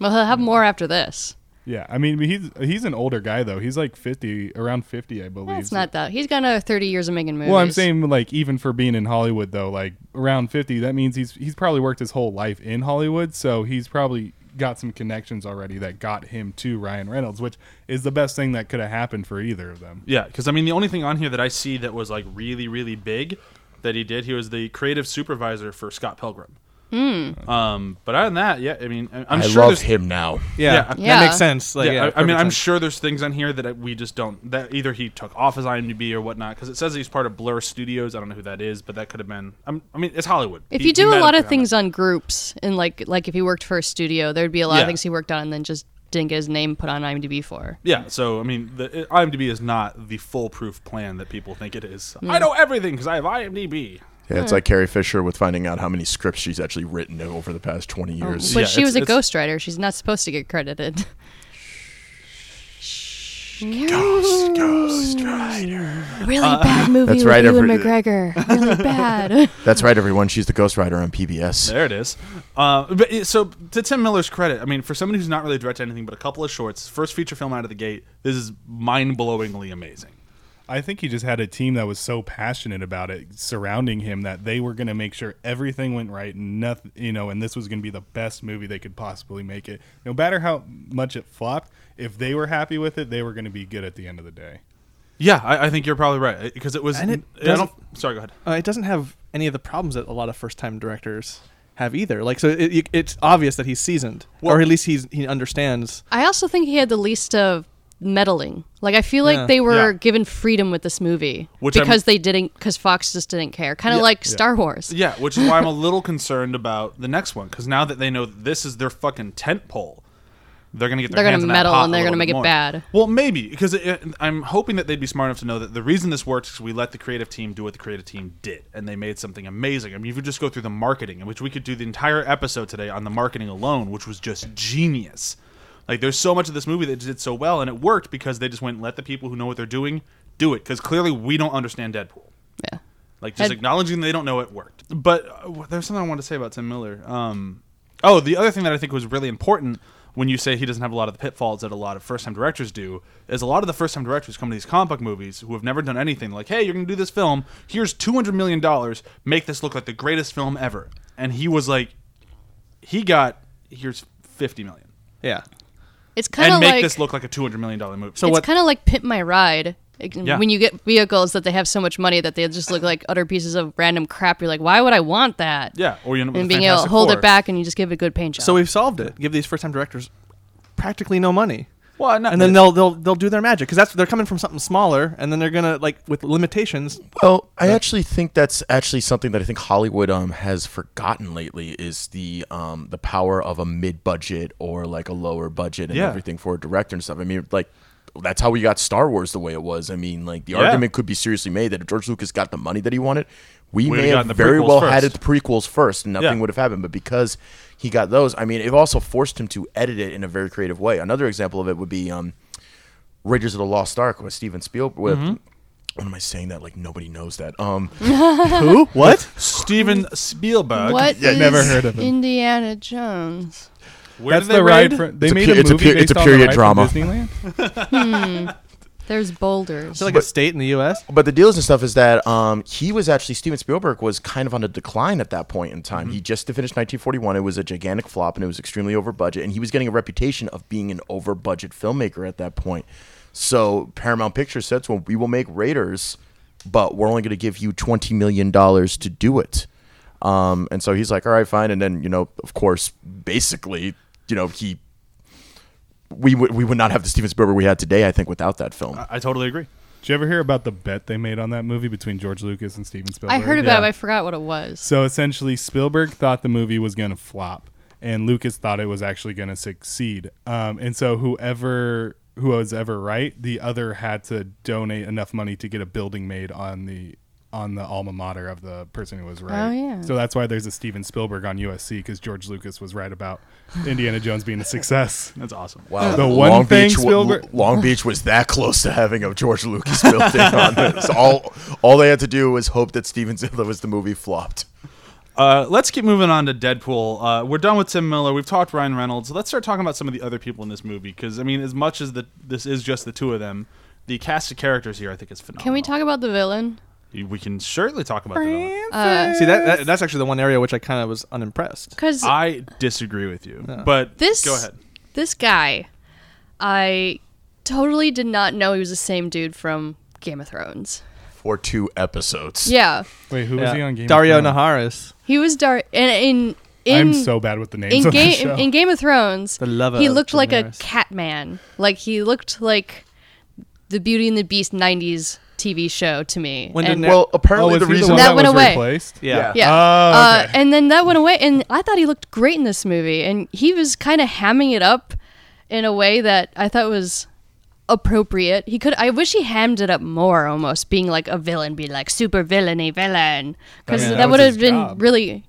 Speaker 5: Well, he'll have more after this.
Speaker 8: Yeah, I mean he's he's an older guy though. He's like fifty, around fifty, I believe.
Speaker 5: That's not that. He's got another 30 years of making movies.
Speaker 8: Well, I'm saying like even for being in Hollywood though, like around 50, that means he's he's probably worked his whole life in Hollywood, so he's probably got some connections already that got him to Ryan Reynolds, which is the best thing that could have happened for either of them.
Speaker 6: Yeah, because I mean, the only thing on here that I see that was like really, really big that he did, he was the creative supervisor for Scott Pilgrim. Um, but other than that, yeah, I mean, I- I'm
Speaker 7: I
Speaker 6: sure
Speaker 7: love
Speaker 6: there's.
Speaker 7: him now.
Speaker 10: Yeah,
Speaker 6: Yeah.
Speaker 5: Yeah.
Speaker 10: that makes sense. Like,
Speaker 6: yeah,
Speaker 10: yeah,
Speaker 6: I, I mean,
Speaker 10: perfect
Speaker 6: I'm
Speaker 10: sense.
Speaker 6: sure there's things on here that we just don't. That either he took off his IMDb or whatnot, because it says he's part of Blur Studios. I don't know who that is, but that could have been. I'm, I mean, it's Hollywood.
Speaker 5: if
Speaker 6: He-
Speaker 5: you
Speaker 6: he
Speaker 5: do
Speaker 6: might
Speaker 5: a
Speaker 6: have
Speaker 5: lot
Speaker 6: been
Speaker 5: of
Speaker 6: on
Speaker 5: things
Speaker 6: that.
Speaker 5: on groups, and like like if he worked for a studio, there'd be a lot
Speaker 6: Yeah.
Speaker 5: of things he worked on and then just didn't get his name put on IMDb for.
Speaker 6: Yeah, so I mean, the it- IMDb is not the foolproof plan that people think it is. I know everything because I have IMDb.
Speaker 7: Yeah, it's like Carrie Fisher with finding out how many scripts she's actually written over the past 20 years.
Speaker 5: But
Speaker 6: Yeah,
Speaker 5: she was a
Speaker 6: it's- it's-
Speaker 5: ghostwriter. She's not supposed to get credited.
Speaker 7: Ghost, Ghost Rider.
Speaker 5: Really bad movie
Speaker 7: That's
Speaker 5: with
Speaker 7: right,
Speaker 5: Ewan
Speaker 7: every-
Speaker 5: McGregor. Really bad.
Speaker 7: That's right, everyone. She's the Ghost Rider on PBS.
Speaker 6: There it is. Uh, but it- so to Tim Miller's credit, I mean, for somebody who's not really directed anything but a couple of shorts, first feature film out of the gate, this is mind-blowingly amazing.
Speaker 8: I think he just had a team that was so passionate about it surrounding him that they were going to make sure everything went right and nothing, you know, and this was going to be the best movie they could possibly make it. No matter how much it flopped, if they were happy with it, they were going to be good at the end of the day.
Speaker 6: Yeah, I, I think you're probably right because it was.
Speaker 10: And it
Speaker 6: I don't-
Speaker 10: doesn't-
Speaker 6: sorry, go ahead.
Speaker 10: uh, it doesn't have any of the problems that a lot of first-time directors have either. Like, so it, it- it's obvious that he's seasoned, or at least he's he understands.
Speaker 5: I also think he had the least of meddling. Like I feel like
Speaker 10: Yeah.
Speaker 5: they were
Speaker 6: Yeah.
Speaker 5: given freedom with this movie
Speaker 6: Which I'm-
Speaker 5: because they didn't because Fox just didn't care. Kind of like Star Wars.
Speaker 6: Yeah, which is why I'm a little concerned about the next one because now that they know that this is their fucking tent pole, they're gonna get their
Speaker 5: They're gonna
Speaker 6: hands in that
Speaker 5: meddle
Speaker 6: pot
Speaker 5: and
Speaker 6: a
Speaker 5: they're
Speaker 6: little
Speaker 5: gonna
Speaker 6: bit
Speaker 5: make it
Speaker 6: more.
Speaker 5: bad.
Speaker 6: Well, maybe because it, it- I'm hoping that they'd be smart enough to know that the reason this works is we let the creative team do what the creative team did, and they made something amazing. I mean, if you just go through the marketing, in which we could do the entire episode today on the marketing alone, which was just genius. Like, there's so much of this movie that did so well, and it worked because they just went and let the people who know what they're doing do it. Because clearly, we don't understand Deadpool.
Speaker 5: Yeah.
Speaker 6: Like just
Speaker 5: Had-
Speaker 6: acknowledging they don't know it worked. But uh, there's something I want to say about Tim Miller. Um, oh, the other thing that I think was really important when you say he doesn't have a lot of the pitfalls that a lot of first-time directors do is a lot of the first-time directors come to these comic book movies who have never done anything like, "Hey, you're going to do this film. Here's 200 million dollars. Make this look like the greatest film ever." And he was like he got here's 50 million
Speaker 10: Yeah,
Speaker 5: It's kind
Speaker 6: and
Speaker 5: of
Speaker 6: make
Speaker 5: like
Speaker 6: this look like a 200 million dollar movie.
Speaker 10: So
Speaker 5: it's
Speaker 10: what-
Speaker 5: kind of like Pit My Ride. Like,
Speaker 6: Yeah.
Speaker 5: When you get vehicles that they have so much money that they just look like utter pieces of random crap, you're like, why would I want that?
Speaker 6: Yeah, or you end up with
Speaker 5: and
Speaker 6: the
Speaker 5: being able to
Speaker 6: Fantastic
Speaker 5: hold
Speaker 6: Four.
Speaker 5: it back and you just give it a good paint job.
Speaker 10: so we've solved it. Give these first-time directors practically no money.
Speaker 6: well, not,
Speaker 10: and then they'll they'll they'll do their magic because that's they're coming from something smaller, and then they're gonna like with limitations.
Speaker 7: Well, I actually think that's actually something that I think Hollywood um has forgotten lately is the um the power of a mid budget or like a lower budget and
Speaker 6: Yeah.
Speaker 7: everything for a director and stuff. I mean, like that's how we got Star Wars the way it was. I mean, like the
Speaker 6: Yeah.
Speaker 7: argument could be seriously made that if George Lucas got the money that he wanted,
Speaker 6: We'd
Speaker 7: we may
Speaker 6: have
Speaker 7: have
Speaker 6: gotten the
Speaker 7: very
Speaker 6: prequels
Speaker 7: well
Speaker 6: first.
Speaker 7: had it the prequels first and nothing
Speaker 6: Yeah.
Speaker 7: would have happened. But because he got those, I mean, it also forced him to edit it in a very creative way. Another example of it would be um Raiders of the Lost Ark with Steven Spielberg. With,
Speaker 6: Mm-hmm.
Speaker 7: What am I saying that like nobody knows that? Um,
Speaker 10: Who? What?
Speaker 6: Steven Spielberg.
Speaker 5: what is
Speaker 8: never heard of him.
Speaker 5: Indiana Jones?
Speaker 6: Where
Speaker 8: That's
Speaker 6: did they
Speaker 8: the ride
Speaker 6: raid?
Speaker 8: from. They
Speaker 7: It's a
Speaker 8: made
Speaker 7: pu-
Speaker 8: a,
Speaker 7: it's a
Speaker 8: movie
Speaker 7: pu-
Speaker 8: based
Speaker 7: it's a
Speaker 8: on
Speaker 7: period
Speaker 8: the ride
Speaker 7: drama.
Speaker 8: From Disneyland.
Speaker 5: There's boulders.
Speaker 10: So like a state in the U.S.
Speaker 7: but the deals and stuff is that um, he was actually Steven Spielberg was kind of on a decline at that point in time. He just finished 1941. It was a gigantic flop and it was extremely over budget. And he was getting a reputation of being an over budget filmmaker at that point. So Paramount Pictures said to him, "We will make Raiders, but we're only going to give you 20 million dollars to do it." Um, and so he's like, "All right, fine." And then you know, of course, basically, you know, he. We would we would not have the Steven Spielberg we had today, I think, without that film.
Speaker 6: I totally agree.
Speaker 8: Did you ever hear about the bet they made on that movie between George Lucas and Steven Spielberg?
Speaker 5: I heard about it, but I forgot what it was.
Speaker 8: So essentially, Spielberg thought the movie was going to flop, and Lucas thought it was actually going to succeed. Um, and so whoever who was ever right, the other had to donate enough money to get a building made on the on the alma mater of the person who was right.
Speaker 5: Oh, yeah.
Speaker 8: So that's why there's a Steven Spielberg on USC because George Lucas was right about Indiana Jones being a success.
Speaker 6: That's awesome.
Speaker 7: Wow,
Speaker 8: The one thing
Speaker 7: wa-
Speaker 8: Spielberg-
Speaker 7: L- Long Beach was that close to having a George Lucas building on this. All all they had to do was hope that Steven Zilla was the movie flopped.
Speaker 6: Uh, let's keep moving on to Deadpool. Uh, we're done with Tim Miller. We've talked Ryan Reynolds. Let's start talking about some of the other people in this movie because I mean, as much as the this is just the two of them, the cast of characters here I think is phenomenal.
Speaker 5: Can we talk about the villain?
Speaker 6: We can certainly talk about that.
Speaker 10: See that, that that's actually the one area which I kind of was unimpressed.
Speaker 5: Because
Speaker 6: I disagree with you, but
Speaker 5: this
Speaker 6: go ahead.
Speaker 5: this guy, I totally did not know he was the same dude from Game of Thrones.
Speaker 7: for two episodes.
Speaker 5: Yeah,
Speaker 8: Wait, who was he on Game of
Speaker 10: Dario
Speaker 8: Thrones?
Speaker 10: Naharis.
Speaker 5: he was dark. And in in
Speaker 8: I'm so bad with the names
Speaker 5: in
Speaker 8: on this
Speaker 5: game
Speaker 8: show.
Speaker 5: in Game of Thrones,
Speaker 10: lover
Speaker 5: he
Speaker 10: of
Speaker 5: looked like a
Speaker 10: Daenerys.
Speaker 5: cat man. Like he looked like the Beauty and the Beast '90s TV show to me.
Speaker 10: When
Speaker 5: and,
Speaker 10: Daenerys-
Speaker 7: Well, apparently
Speaker 5: Oh,
Speaker 8: is
Speaker 7: the
Speaker 8: he
Speaker 7: reason
Speaker 8: one
Speaker 5: That went
Speaker 8: was
Speaker 5: away.
Speaker 8: replaced?
Speaker 10: Yeah.
Speaker 5: yeah,
Speaker 8: Oh, okay.
Speaker 5: uh, and then that went away, and I thought he looked great in this movie, and he was kind of hamming it up in a way that I thought was appropriate. He could. I wish he hammed it up more, almost being like a villain, be like super villainy villain, because
Speaker 8: mean, that
Speaker 5: that,
Speaker 8: was
Speaker 5: would
Speaker 8: his
Speaker 5: have been
Speaker 8: job.
Speaker 5: really.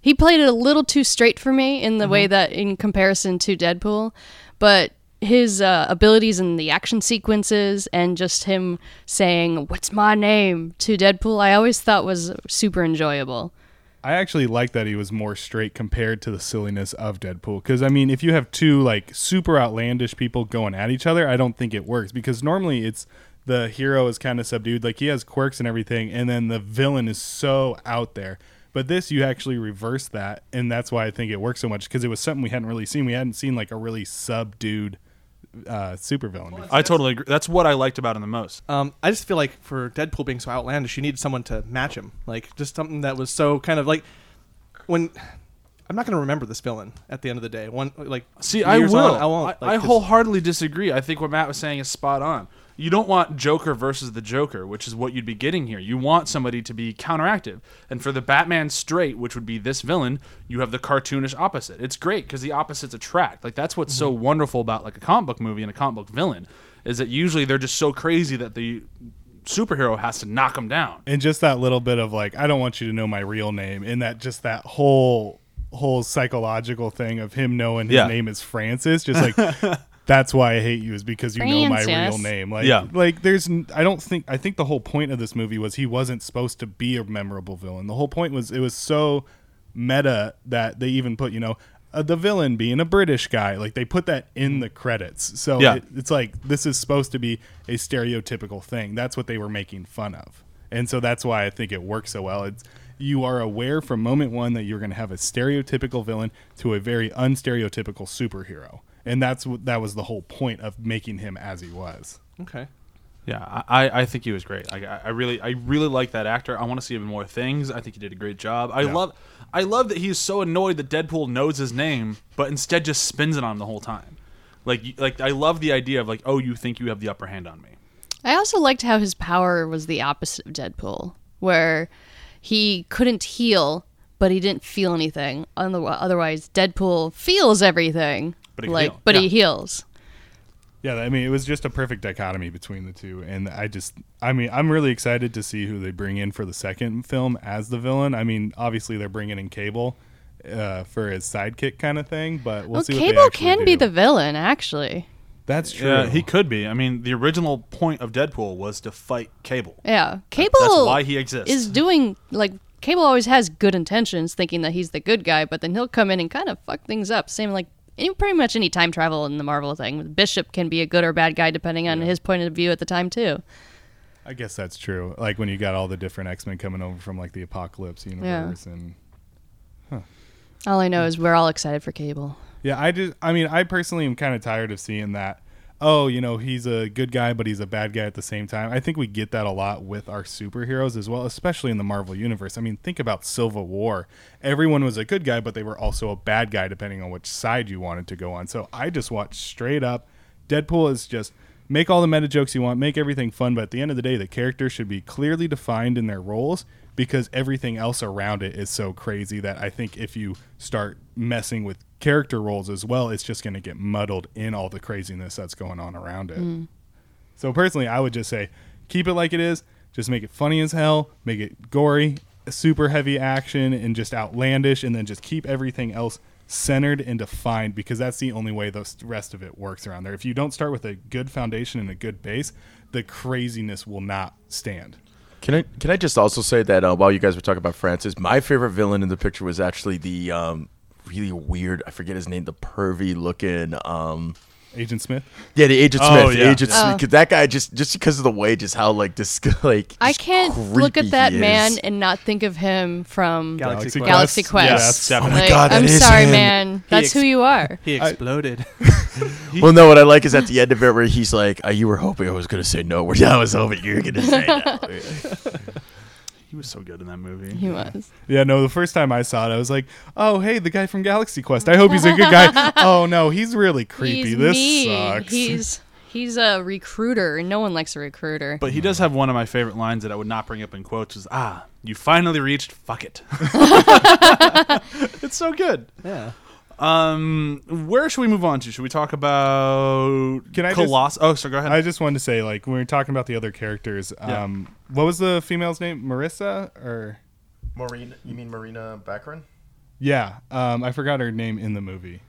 Speaker 5: He played it a little too straight for me in the
Speaker 8: Mm-hmm.
Speaker 5: way that, in comparison to Deadpool, but his uh, abilities in the action sequences and just him saying "What's my name?" to Deadpool, I always thought was super enjoyable.
Speaker 8: I actually like that he was more straight compared to the silliness of Deadpool. Because I mean, if you have two like super outlandish people going at each other, I don't think it works. Because normally it's the hero is kind of subdued, like he has quirks and everything, and then the villain is so out there. But this, you actually reverse that, and that's why I think it works so much. Because it was something we hadn't really seen. We hadn't seen like a really subdued uh, supervillain. before.
Speaker 6: I totally agree. That's what I liked about him the most.
Speaker 10: Um, I just feel like for Deadpool being so outlandish, you need someone to match him. Like just something that was so kind of like when I'm not going to remember this villain at the end of the day. One like
Speaker 6: See, I
Speaker 10: years
Speaker 6: will.
Speaker 10: on, I won't.
Speaker 6: I,
Speaker 10: Like, 'cause-
Speaker 6: wholeheartedly disagree. I think what Matt was saying is spot on. You don't want Joker versus the Joker, which is what you'd be getting here. You want somebody to be counteractive. And for the Batman straight, which would be this villain, you have the cartoonish opposite. It's great because the opposites attract. Like that's what's
Speaker 10: Mm-hmm.
Speaker 6: so wonderful about like a comic book movie and a comic book villain is that usually they're just so crazy that the superhero has to knock them down.
Speaker 8: and just that little bit of like i don't want you to know my real name and that just that whole whole psychological thing of him knowing his
Speaker 6: Yeah.
Speaker 8: name is francis just like that's why i hate you is because you know my real
Speaker 5: Francis.
Speaker 8: name like
Speaker 6: Yeah.
Speaker 8: like there's n- i don't think i think the whole point of this movie was he wasn't supposed to be a memorable villain the whole point was it was so meta that they even put you know uh, the villain being a british guy like they put that in the credits so
Speaker 6: Yeah.
Speaker 8: it, it's like this is supposed to be a stereotypical thing. That's what they were making fun of, and so that's why I think it works so well. It's you are aware from moment one that you're going to have a stereotypical villain to a very unstereotypical superhero, and that's what that was the whole point of making him as he was.
Speaker 10: okay.
Speaker 6: Yeah, I, I- I think he was great. I, I- I really I really like that actor. I want to see him in more things. I think he did a great job. I love I love that he's so annoyed that Deadpool knows his name, but instead just spins it on him the whole time. Like y- like I love the idea of like oh you think you have the upper hand on me.
Speaker 5: I also liked how his power was the opposite of Deadpool, where he couldn't heal, but he didn't feel anything. Other- Otherwise, Deadpool feels everything,
Speaker 6: But
Speaker 5: but
Speaker 6: he can
Speaker 5: he, like,
Speaker 6: heal.
Speaker 5: But
Speaker 6: Yeah.
Speaker 5: he heals.
Speaker 8: Yeah, I mean, it was just a perfect dichotomy between the two, and I just, I mean, I'm really excited to see who they bring in for the second film as the villain. I mean, obviously they're bringing in Cable uh, for his sidekick kind of thing, but we'll
Speaker 5: well,
Speaker 8: see.
Speaker 5: Oh, Cable
Speaker 8: what they
Speaker 5: can
Speaker 8: actually do.
Speaker 5: be the villain, actually.
Speaker 8: That's true.
Speaker 6: Yeah, he could be. I mean, the original point of Deadpool was to fight Cable.
Speaker 5: Yeah, Cable.
Speaker 6: why he exists.
Speaker 5: Is doing like Cable always has good intentions, thinking that he's the good guy, but then he'll come in and kind of fuck things up. Same like. any- Pretty much any time travel in the Marvel thing, Bishop can be a good or bad guy depending on his point of view at the time too.
Speaker 8: I guess that's true. Like when you got all the different X Men coming over from like the Apocalypse universe, and
Speaker 5: All I know is we're all excited for Cable.
Speaker 8: yeah, I just, I mean, I personally am kind of tired of seeing that. Oh, you know, he's a good guy, but he's a bad guy at the same time. I think we get that a lot with our superheroes as well, especially in the Marvel universe. I mean, think about Civil War. Everyone was a good guy, but they were also a bad guy, depending on which side you wanted to go on. So I just watched straight up. Deadpool is just make all the meta jokes you want, make everything fun, but at the end of the day, the characters should be clearly defined in their roles because everything else around it is so crazy that I think if you start messing with character roles as well, it's just going to get muddled in all the craziness that's going on around it. So personally, I would just say keep it like it is, just make it funny as hell, make it gory, super heavy action and just outlandish and then just keep everything else centered and defined because that's the only way the rest of it works around there. If you don't start with a good foundation and a good base, the craziness will not stand.
Speaker 7: Can I can I just also say that uh, while you guys were talking about Francis, my favorite villain in the picture was actually the um, really weird. I forget his name. The pervy looking. Um,
Speaker 8: Agent Smith.
Speaker 7: yeah, the Agent
Speaker 6: Oh,
Speaker 7: Smith. The
Speaker 6: yeah.
Speaker 7: Agent
Speaker 5: Yeah.
Speaker 7: Smith. 'cause that guy just just because of the way, just how like this like.
Speaker 5: I
Speaker 7: just
Speaker 5: can't look
Speaker 7: creepy
Speaker 5: at that
Speaker 7: he is.
Speaker 5: man and not think of him from Galaxy,
Speaker 10: Galaxy
Speaker 8: Quest. Oh
Speaker 10: Quest.
Speaker 6: Yes,
Speaker 5: Quest. Like,
Speaker 6: definitely.
Speaker 7: God, that
Speaker 5: I'm
Speaker 7: is
Speaker 5: sorry,
Speaker 7: him.
Speaker 5: man. That's who
Speaker 10: ex-
Speaker 5: you are.
Speaker 10: He exploded.
Speaker 7: Well, no, what I like is at the end of it where he's like, "Uh, "You were hoping I was going to say no. Where I was hoping you were going to say no."
Speaker 6: He was so good in that movie.
Speaker 5: He was.
Speaker 8: Yeah, no, the first time I saw it, I was like, oh, hey, the guy from Galaxy Quest. I hope he's a good guy. oh, no, he's really creepy.
Speaker 5: He's
Speaker 8: this
Speaker 5: mean.
Speaker 8: sucks.
Speaker 5: He's he's a recruiter, and no one likes a recruiter.
Speaker 6: But he does have one of my favorite lines that I would not bring up in quotes is ah, you finally reached fuck it. it's so good.
Speaker 10: yeah.
Speaker 6: Um where should we move on to? Should we talk about
Speaker 8: Can I just-
Speaker 6: Coloss Oh, so go ahead.
Speaker 8: I just wanted to say, like, when we were talking about the other characters, um, what was the female's name? Marissa? Or.
Speaker 7: Marina, you mean Marina Baccarin?
Speaker 8: Yeah, um, I forgot her name in the movie.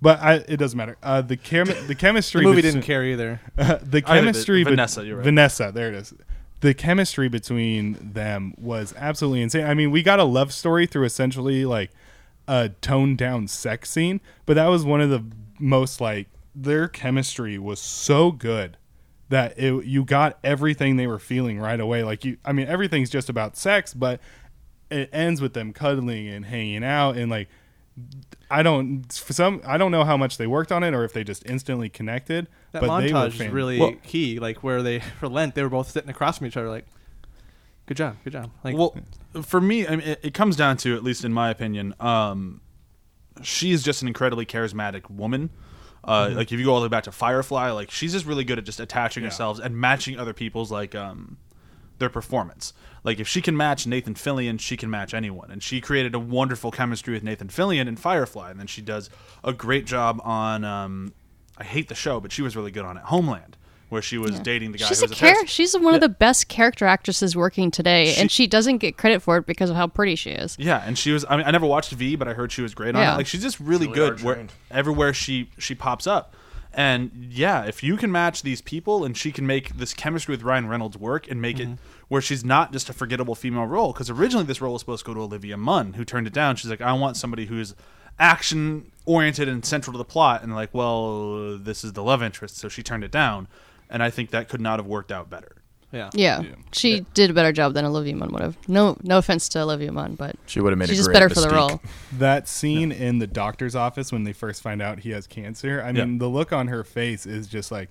Speaker 8: But I, it doesn't matter. Uh, the chem- the
Speaker 10: The
Speaker 8: chemistry
Speaker 10: movie
Speaker 8: between-
Speaker 10: didn't care either.
Speaker 8: the
Speaker 6: I did it.
Speaker 8: chemistry bet-
Speaker 6: Vanessa, you're right.
Speaker 8: Vanessa, there it is. The chemistry between them was absolutely insane. I mean, we got a love story through essentially like a toned down sex scene, but that was one of the most like their chemistry was so good that it you got everything they were feeling right away. Like you I mean, everything's just about sex, but it ends with them cuddling and hanging out and like I don't for some I don't know how much they worked on it or if they just instantly connected.
Speaker 10: That
Speaker 8: but they were
Speaker 10: montage is
Speaker 8: fan-
Speaker 10: really
Speaker 6: Well-
Speaker 10: key. Like where they for Lent, they were both sitting across from each other, like, "Good job, good job." Like,
Speaker 6: well, for me, I mean, it, it comes down to, at least in my opinion, um, she is just an incredibly charismatic woman. Uh, Like if you go all the way back to Firefly, like she's just really good at just attaching herself and matching other people's like um, their performance. Like if she can match Nathan Fillion, she can match anyone. And she created a wonderful chemistry with Nathan Fillion in Firefly, and then she does a great job on. Um, I hate the show, but she was really good on it. Homeland, where she was dating the guy.
Speaker 5: She's
Speaker 6: who
Speaker 5: a
Speaker 6: was a
Speaker 5: char-
Speaker 6: parasite.
Speaker 5: She's one of the best character actresses working today, and she doesn't get credit for it because of how pretty she is.
Speaker 6: Yeah, and she was. I mean, I never watched V, but I heard she was great on
Speaker 5: Yeah.
Speaker 6: it. Like she's just really, good where,
Speaker 7: hard-trained.
Speaker 6: everywhere she she pops up. And yeah, if you can match these people and she can make this chemistry with Ryan Reynolds work and make it where she's not just a forgettable female role, because originally this role was supposed to go to Olivia Munn, who turned it down. She's like, I want somebody who's action oriented and central to the plot. And like, well, this is the love interest, so she turned it down. And I think that could not have worked out better.
Speaker 10: yeah,
Speaker 5: Yeah, she did a better job than Olivia Munn would have. No, no offense to Olivia Munn, but
Speaker 7: She would've made a
Speaker 5: She's just
Speaker 7: great
Speaker 5: better for the
Speaker 7: Mystique.
Speaker 5: role.
Speaker 8: That scene in the doctor's office when they first find out he has cancer. I mean, the look on her face is just like,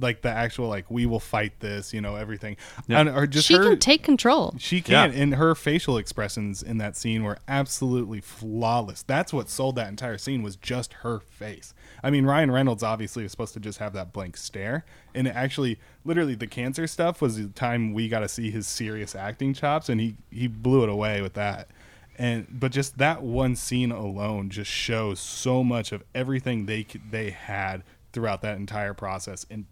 Speaker 8: like the actual like we will fight this. You know everything. And or just
Speaker 5: She
Speaker 8: her,
Speaker 5: can take control.
Speaker 8: She can,
Speaker 6: Yeah.
Speaker 8: and her facial expressions in that scene were absolutely flawless. That's what sold that entire scene was just her face. I mean, Ryan Reynolds obviously was supposed to just have that blank stare, and it actually, literally, the cancer stuff was the time we got to see his serious acting chops, and he he blew it away with that. And but just that one scene alone just shows so much of everything they c- they had throughout that entire process in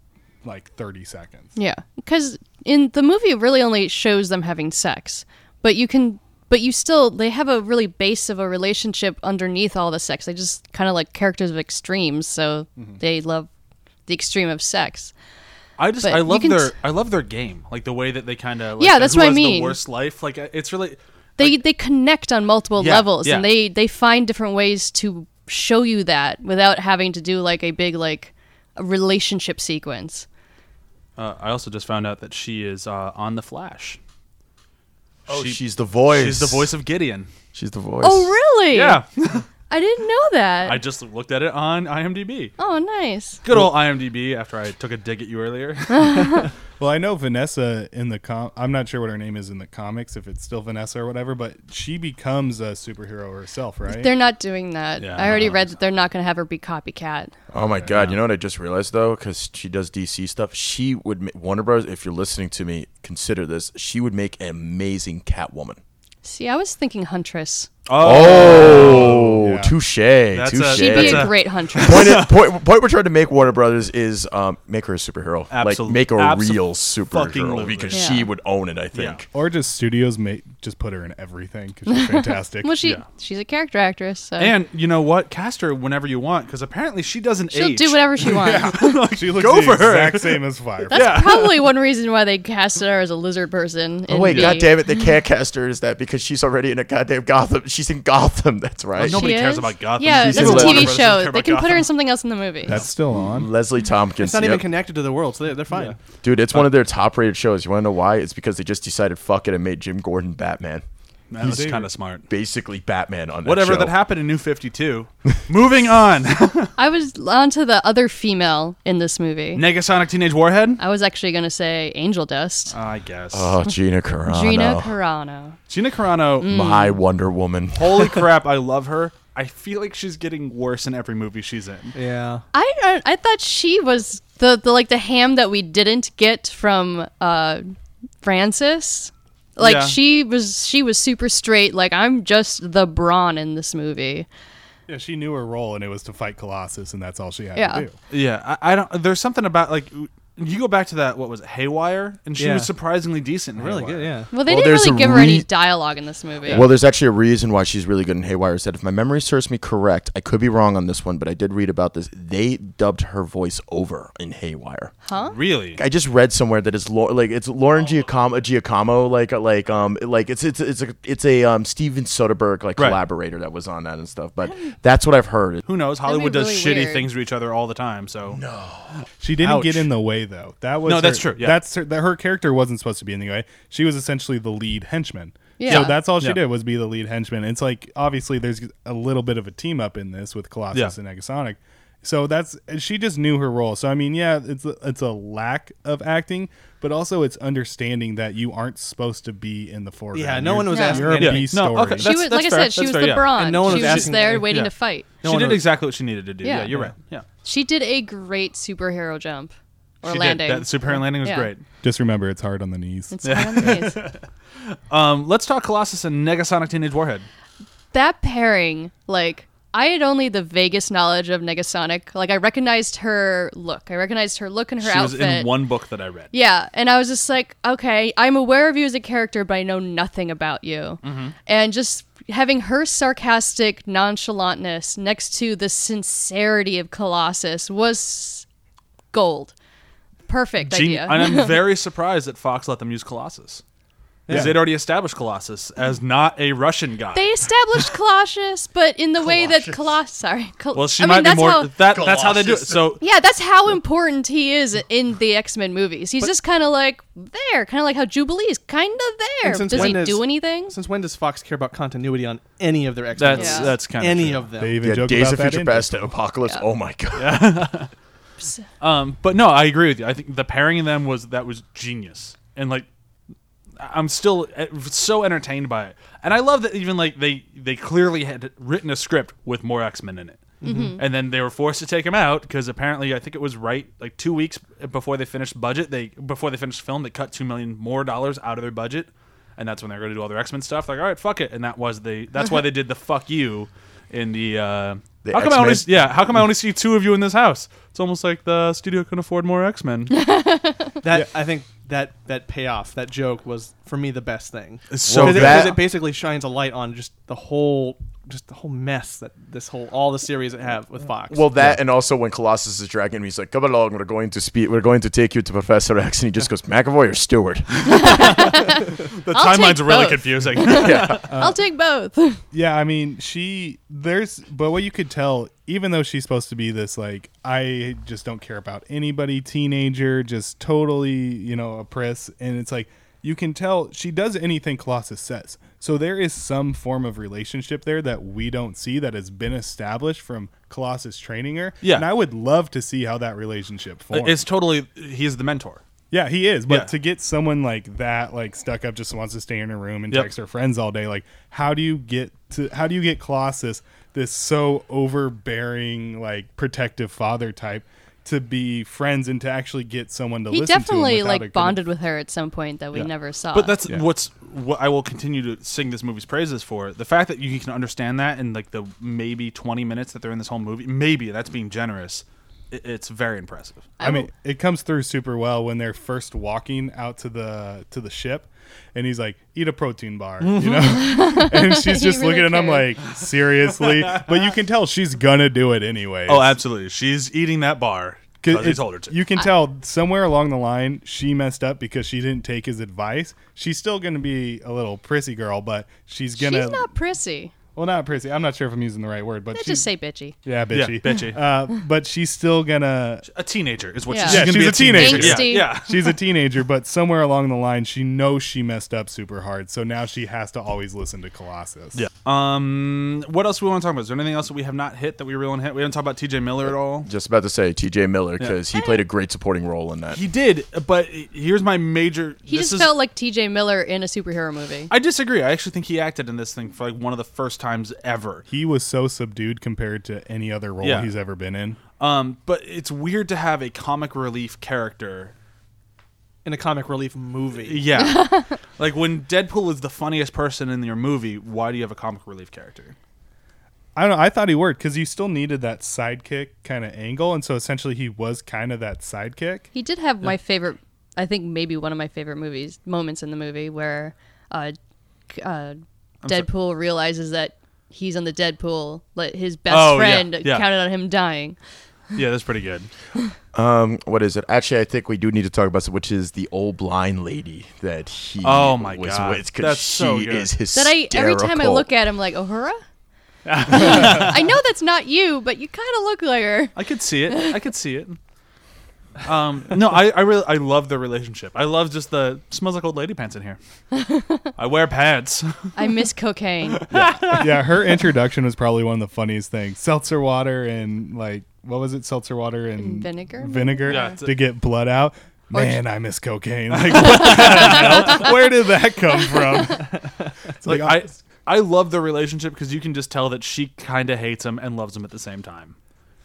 Speaker 8: like 30 seconds.
Speaker 5: Yeah, because in the movie, it really only shows them having sex, but you can, but you still, they have a really base of a relationship underneath all the sex. They just kind of like characters of extremes, so they love the extreme of sex.
Speaker 6: Mm-hmm. I just
Speaker 5: But
Speaker 6: I
Speaker 5: you
Speaker 6: love
Speaker 5: can
Speaker 6: their
Speaker 5: t-
Speaker 6: I love their game, like the way that they kind of like,
Speaker 5: Yeah, that's
Speaker 6: who
Speaker 5: what I
Speaker 6: has
Speaker 5: mean.
Speaker 6: The worst life, like it's really
Speaker 5: They they connect on multiple
Speaker 6: Yeah,
Speaker 5: levels, and
Speaker 6: yeah.
Speaker 5: they they find different ways to show you that without having to do like a big like a relationship sequence.
Speaker 6: Uh, I also just found out that she is uh, on the Flash.
Speaker 7: Oh,
Speaker 6: She-
Speaker 7: she's the voice.
Speaker 6: She's the voice of Gideon.
Speaker 7: She's the voice.
Speaker 5: Oh, really?
Speaker 6: Yeah,
Speaker 5: I didn't know that.
Speaker 6: I just looked at it on IMDb.
Speaker 5: oh, nice.
Speaker 6: Good old IMDb. After I took a dig at you earlier,
Speaker 8: Well, I know Vanessa in the com. I'm not sure what her name is in the comics, if it's still Vanessa or whatever, but she becomes a superhero herself, right?
Speaker 5: They're not doing that.
Speaker 6: Yeah,
Speaker 5: I already
Speaker 6: no,
Speaker 5: read that they're not going to have her be copycat.
Speaker 7: Oh my God! You know what I just realized though, because she does DC stuff. She would ma- Warner Bros. If you're listening to me, consider this. She would make an amazing Catwoman.
Speaker 5: See, I was thinking Huntress.
Speaker 7: Oh,
Speaker 8: Yeah.
Speaker 7: touche,
Speaker 6: Oh, That's a-
Speaker 7: touche.
Speaker 5: She'd be
Speaker 6: That's
Speaker 5: a
Speaker 6: a-
Speaker 5: great huntress.
Speaker 7: point, it, point, point we're trying to make Warner Brothers is um, make her a superhero.
Speaker 6: Absolute-
Speaker 7: Like, make her a
Speaker 6: absolute
Speaker 7: real
Speaker 6: fucking
Speaker 7: superhero
Speaker 6: movie.
Speaker 7: because
Speaker 5: Yeah.
Speaker 7: she would own it, I think.
Speaker 8: Or just studios may just put her in everything because she's fantastic.
Speaker 5: well, she she's a character actress, so
Speaker 6: And you know what? Cast her whenever you want because apparently she doesn't
Speaker 5: she'll
Speaker 6: age.
Speaker 5: do whatever she wants.
Speaker 8: she looks
Speaker 7: Go
Speaker 8: the
Speaker 7: for her.
Speaker 8: exact same as Firefly.
Speaker 5: That's probably one reason why they casted her as a lizard person.
Speaker 7: Oh,
Speaker 5: in
Speaker 7: wait,
Speaker 5: the-
Speaker 7: God damn it, they can't cast her. Is that because she's already in a goddamn Gotham? She's in Gotham, that's right.
Speaker 10: Oh,
Speaker 6: Nobody
Speaker 5: She
Speaker 6: cares
Speaker 5: is?
Speaker 6: about Gotham.
Speaker 5: Yeah,
Speaker 6: She's
Speaker 5: that's a
Speaker 7: in Warner
Speaker 5: TV
Speaker 6: Brothers, doesn't care
Speaker 5: show. They
Speaker 6: about
Speaker 5: can put her
Speaker 6: Gotham.
Speaker 5: in something else in the movie.
Speaker 8: That's still on.
Speaker 7: Leslie Tompkins.
Speaker 10: It's not even
Speaker 7: yep.
Speaker 10: connected Uh, to the world, so they're, they're fine.
Speaker 7: Dude, it's one of their top rated shows. You want to know why? It's because they just decided fuck it and made Jim Gordon Batman.
Speaker 6: That was kind of smart.
Speaker 7: Basically, Batman on that
Speaker 6: Whatever
Speaker 7: show.
Speaker 6: that happened in New 52. Moving on.
Speaker 5: I was on to the other female in this movie.
Speaker 6: Negasonic Teenage Warhead? Ah,
Speaker 5: I was actually going to say Angel Dust.
Speaker 6: I guess.
Speaker 7: Oh, Gina Carano.
Speaker 5: Gina Carano.
Speaker 6: Gina Carano.
Speaker 7: My Wonder Woman.
Speaker 6: Holy crap, I love her. I feel like she's getting worse in every movie she's in.
Speaker 10: Yeah.
Speaker 5: I, I I thought she was the, the like the ham that we didn't get from uh Francis. Like
Speaker 6: Yeah.
Speaker 5: she was she was super straight. Like I'm just the brawn in this movie.
Speaker 8: Yeah, she knew her role, and it was to fight Colossus, and that's all she had
Speaker 5: Yeah.
Speaker 8: to do.
Speaker 6: Yeah, I, I don't. There's something about like you go back to that. What was it, Haywire? And she
Speaker 10: Yeah.
Speaker 6: was surprisingly decent. In
Speaker 10: Really
Speaker 6: Haywire.
Speaker 10: good, yeah.
Speaker 5: Well, they
Speaker 7: Well,
Speaker 5: didn't
Speaker 7: there's
Speaker 5: really
Speaker 7: a
Speaker 5: give her any
Speaker 7: re-
Speaker 5: dialogue in this movie.
Speaker 7: Well, there's actually a reason why she's really good in Haywire. Is that if my memory serves me correct, I could be wrong on this one, but I did read about this. They dubbed her voice over in Haywire.
Speaker 6: Really.
Speaker 7: I just read somewhere that it's Lau- like it's Lauren Giacomo, Giacomo, like like um like it's it's it's a it's a um Steven Soderbergh like
Speaker 6: Right.
Speaker 7: collaborator that was on that and stuff. But that's what I've heard.
Speaker 6: Who knows? Hollywood does
Speaker 5: really
Speaker 6: shitty
Speaker 5: weird.
Speaker 6: things to each other all the time. So no.
Speaker 8: She didn't
Speaker 6: Ouch.
Speaker 8: get in the way though. That was
Speaker 6: No,
Speaker 8: her-
Speaker 6: that's true, yeah.
Speaker 8: That's her, that her character wasn't supposed to be in the way. She was essentially the lead henchman.
Speaker 5: Yeah.
Speaker 8: So that's all she
Speaker 6: Yeah.
Speaker 8: did was be the lead henchman. It's like obviously there's a little bit of a team up in this with Colossus
Speaker 6: Yeah.
Speaker 8: and Negasonic. So that's she just knew her role. So I mean, yeah, it's a, it's a lack of acting, but also it's understanding that you you aren't supposed to be in the foreground.
Speaker 10: Yeah, no
Speaker 8: You're-
Speaker 10: one was
Speaker 5: Yeah.
Speaker 10: asking
Speaker 8: You're a
Speaker 10: anything.
Speaker 8: B
Speaker 6: No,
Speaker 8: story.
Speaker 6: okay,
Speaker 5: she
Speaker 6: that's-
Speaker 5: was like I
Speaker 6: that's fair,
Speaker 5: said,
Speaker 6: that's
Speaker 5: she was
Speaker 6: fair,
Speaker 5: the
Speaker 6: yeah.
Speaker 5: brawn.
Speaker 10: And no one
Speaker 5: she
Speaker 10: was
Speaker 5: was just
Speaker 10: asking-
Speaker 5: there waiting
Speaker 6: yeah.
Speaker 5: to fight.
Speaker 10: No
Speaker 6: she
Speaker 10: one
Speaker 6: did
Speaker 10: knows.
Speaker 6: exactly what she needed to do. Yeah,
Speaker 5: Yeah.
Speaker 6: you're
Speaker 5: Yeah.
Speaker 6: right. Yeah.
Speaker 5: She did a great superhero jump or
Speaker 6: She
Speaker 5: landing.
Speaker 6: Did. That superhero landing was
Speaker 5: Yeah.
Speaker 6: great.
Speaker 8: Just remember, it's hard on the knees.
Speaker 5: It's hard on the knees.
Speaker 6: Um, let's talk Colossus and Negasonic Teenage Warhead.
Speaker 5: that pairing, like I had only the vaguest knowledge of Negasonic. Like I recognized her look. I recognized her look and her
Speaker 6: she
Speaker 5: outfit.
Speaker 6: was in one book that I read.
Speaker 5: Yeah, and I was just like, okay, I'm aware of you as a character, but I know nothing about you.
Speaker 6: Mm-hmm.
Speaker 5: And just having her sarcastic nonchalantness next to the sincerity of Colossus was gold. Perfect
Speaker 6: Gen-
Speaker 5: idea.
Speaker 6: and I'm very surprised that Fox let them use Colossus. Because they'd already established Colossus as not a Russian guy.
Speaker 5: They established Colossus, but in the way that Colossus. Sorry. Col-
Speaker 6: well, she
Speaker 5: I mean,
Speaker 6: might be
Speaker 5: that's
Speaker 6: more.
Speaker 5: how-
Speaker 6: that, that's how they do it. So
Speaker 5: yeah, that's how important he is in the X Men movies. He's just kind of like there, kind of like how Jubilee is kind of there.
Speaker 10: And since
Speaker 5: Does
Speaker 10: when
Speaker 5: he
Speaker 10: does-
Speaker 5: do anything?
Speaker 10: Since when does Fox care about continuity on any of their X Men?
Speaker 6: that's
Speaker 5: Yeah.
Speaker 6: that's kind of
Speaker 10: Any of them.
Speaker 8: They even
Speaker 7: Yeah,
Speaker 8: joke
Speaker 7: Days
Speaker 8: about
Speaker 7: of
Speaker 8: that
Speaker 7: Future
Speaker 8: in-
Speaker 7: Past and Apocalypse. Oh my god.
Speaker 6: Um, but no, I agree with you. I think the pairing of them was that was genius, and like I- I'm still eh, so entertained by it. And I love that even like they they clearly had written a script with more X Men in it, and then they were forced to take him out because apparently I think it was right like two weeks before they finished budget they before they finished film they cut two million more dollars out of their budget, and that's when they were going to do all their X Men stuff. Like all right, fuck it, and that was the that's why they did the fuck you in the. Uh,
Speaker 7: The
Speaker 6: how come I only,
Speaker 7: X-Men?
Speaker 6: yeah, how come I only see two of you in this house? It's almost like the studio can afford more X Men.
Speaker 10: That I think that that payoff, that joke was for me the best thing.
Speaker 7: so
Speaker 10: Because it,
Speaker 7: that-
Speaker 10: 'cause it basically shines a light on just the whole just the whole mess that this whole all the series that have with Fox.
Speaker 7: Well, that and also when Colossus is dragging him, he's like, "Come along, we're going to speak. We're going to take you to Professor X." And he just goes, "McAvoy or Stewart?"
Speaker 6: the
Speaker 5: I'll
Speaker 6: timeline's
Speaker 5: take
Speaker 6: really
Speaker 5: both.
Speaker 6: confusing.
Speaker 5: I'll take both.
Speaker 8: Yeah, I mean, she there's but what you could tell, even though she's supposed to be this like I just don't care about anybody, teenager, just totally you know a press, and it's like you can tell she does anything Colossus says. So there is some form of relationship there that we don't see that has been established from Colossus training her.
Speaker 6: Yeah.
Speaker 8: and I would love to see how that relationship forms.
Speaker 6: it's totally he's the mentor.
Speaker 8: Yeah, he is. But
Speaker 6: Yeah.
Speaker 8: to get someone like that, like stuck up, just wants to stay in her room and
Speaker 6: Yep.
Speaker 8: text her friends all day. Like, how do you get to? How do you get Colossus, this so overbearing, like protective father type, to be friends and to actually get someone to
Speaker 5: He
Speaker 8: listen to
Speaker 5: definitely
Speaker 8: him without a
Speaker 5: like
Speaker 8: good-
Speaker 5: bonded with her at some point that we
Speaker 8: Yeah.
Speaker 5: never saw.
Speaker 6: But that's
Speaker 8: Yeah.
Speaker 6: what's what I will continue to sing this movie's praises for. The fact that you can understand that in like the maybe 20 minutes that they're in this whole movie, maybe that's being generous. i- It's very impressive.
Speaker 8: I mean, it comes through super well when they're first walking out to the to the ship, and he's like, "Eat a protein bar," you know, and she's
Speaker 5: Mm-hmm. He
Speaker 8: just
Speaker 5: really
Speaker 8: looking, and I'm
Speaker 5: cared.
Speaker 8: like, "Seriously?" but you can tell she's gonna do it anyway.
Speaker 6: Oh, absolutely. She's eating that bar because he told her to.
Speaker 8: You can tell somewhere along the line she messed up because she didn't take his advice. She's still gonna be a little prissy girl, but she's gonna
Speaker 5: she's not prissy.
Speaker 8: well, not prissy. I'm not sure if I'm using the right word, but
Speaker 5: Let's
Speaker 8: she's,
Speaker 5: just say bitchy.
Speaker 8: yeah, bitchy,
Speaker 6: bitchy.
Speaker 8: Uh, but she's still gonna
Speaker 6: a teenager is what
Speaker 5: Yeah.
Speaker 6: she's,
Speaker 5: Yeah,
Speaker 6: gonna
Speaker 8: she's
Speaker 6: be
Speaker 8: a teenager.
Speaker 6: Yeah,
Speaker 5: Angsty.
Speaker 6: yeah.
Speaker 8: she's a teenager, but somewhere along the line, she knows she messed up super hard, so now she has to always listen to Colossus. Yeah,
Speaker 6: Um, what else we want to talk about? Is there anything else that we have not hit that we really want to hit? We haven't talked about T.J. Miller at all.
Speaker 7: Just about to say T.J. Miller because he played a great supporting role in that.
Speaker 6: He did, but here's my major.
Speaker 5: He
Speaker 6: this is,
Speaker 5: just felt like T.J. Miller in a superhero movie.
Speaker 6: I disagree. I actually think he acted in this thing for like one of the first times ever.
Speaker 8: he was so subdued compared to any other role
Speaker 6: Yeah.
Speaker 8: he's ever been in.
Speaker 6: Um, but it's weird to have a comic relief character.
Speaker 10: in a comic relief movie.
Speaker 6: Yeah, like when Deadpool is the funniest person in your movie. Why do you have a comic relief character?
Speaker 8: I don't know. I thought he worked because you still needed that sidekick kind of angle, and so essentially he was kind of that sidekick.
Speaker 5: He did have my favorite, I think maybe one of my favorite movies moments in the movie where uh, c- uh, Deadpool realizes that he's on the Deadpool, let his best
Speaker 6: Oh, yeah,
Speaker 5: friend
Speaker 6: yeah.
Speaker 5: counted on him dying.
Speaker 6: Yeah, that's pretty good.
Speaker 7: Um, what is it? Actually, I think we do need to talk about some, which is the old blind lady that he
Speaker 6: Oh my
Speaker 7: was
Speaker 6: God.
Speaker 7: with 'cause
Speaker 6: That's
Speaker 7: she
Speaker 6: so good.
Speaker 7: is
Speaker 5: That I
Speaker 7: hysterical.
Speaker 5: every time I look at him like Uhura. I know that's not you, but you kind of look like her.
Speaker 6: I could see it. I could see it. Um, no, I, I really I love the relationship. I love just the smells like old lady pants in here. I wear pants.
Speaker 5: I miss cocaine.
Speaker 8: yeah, her introduction was probably one of the funniest things. Seltzer water and like what was it? Seltzer water and
Speaker 5: Vinegar, maybe?
Speaker 8: Vinegar
Speaker 6: Yeah, it's a-
Speaker 8: to get blood out. Man, I miss cocaine. Like, what the hell? Where did that come from? It's
Speaker 6: Like
Speaker 8: like,
Speaker 6: I I love the relationship because you can just tell that she kind of hates him and loves him at the same time.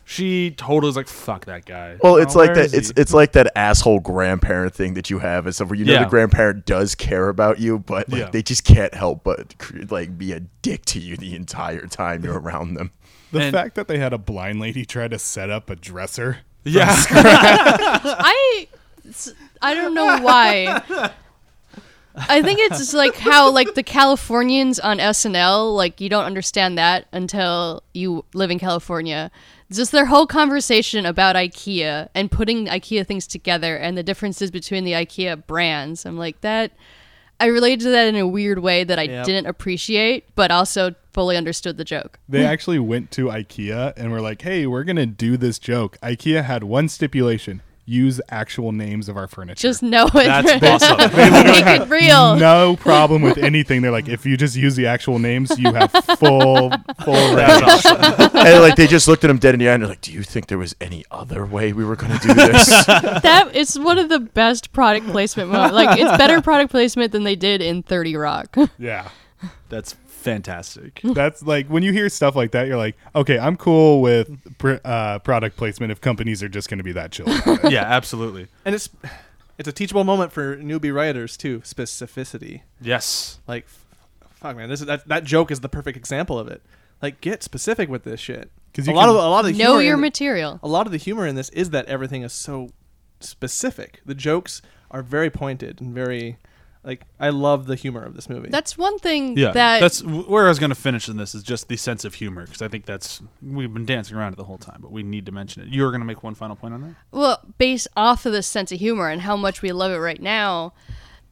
Speaker 6: She totally is like fuck that guy.
Speaker 7: Well, it's
Speaker 6: Oh,
Speaker 7: like
Speaker 6: where
Speaker 7: that.
Speaker 6: is he?
Speaker 7: It's it's like that asshole grandparent thing that you have, and stuff where you know
Speaker 6: Yeah.
Speaker 7: the grandparent does care about you, but like,
Speaker 6: Yeah.
Speaker 7: they just can't help but cre- like be a dick to you the entire time you're around them.
Speaker 8: the
Speaker 6: and-
Speaker 8: fact that they had a blind lady try to set up a dresser.
Speaker 6: yeah.
Speaker 5: I s- I don't know why. I think it's just like how like the Californians on SNL like you don't understand that until you live in California. Just their whole conversation about IKEA and putting IKEA things together and the differences between the IKEA brands. I'm like that I related to that in a weird way that I didn't appreciate but also fully understood the joke.
Speaker 8: They actually went to IKEA and were like, "Hey, we're gonna do this joke." IKEA had one stipulation: use actual names of our furniture.
Speaker 5: Just know it.
Speaker 6: That's awesome.
Speaker 5: Make it real.
Speaker 8: no problem with anything. They're like, if you just use the actual names, you have full full range.
Speaker 7: and like they just looked at him dead in the eye and they're like, "Do you think there was any other way we were going to do this?"
Speaker 5: that it's one of the best product placement moments. Like it's better product placement than they did in Thirty Rock.
Speaker 8: Yeah.
Speaker 6: That's fantastic.
Speaker 8: That's like when you hear stuff like that, you're like, okay, I'm cool with pr- uh, product placement if companies are just going to be that chill. about it.
Speaker 6: Yeah, absolutely.
Speaker 10: And it's it's a teachable moment for newbie writers too. Specificity,
Speaker 6: Yes.
Speaker 10: like, f- fuck man, this is that, that joke is the perfect example of it. Like, get specific with this shit.
Speaker 8: 'Cause
Speaker 10: Because
Speaker 8: you
Speaker 10: a lot
Speaker 8: can-
Speaker 10: of a lot of the
Speaker 5: know
Speaker 10: humor
Speaker 5: your
Speaker 10: in-
Speaker 5: material.
Speaker 10: A lot of the humor in this is that everything is so specific. The jokes are very pointed and very, like, I love the humor of this movie.
Speaker 5: That's one thing
Speaker 6: Yeah.
Speaker 5: that
Speaker 6: that's where I was going to finish in this is just the sense of humor because I think that's we've been dancing around it the whole time, but we need to mention it. You were going to make one final point on that?
Speaker 5: well, based off of this sense of humor and how much we love it right now,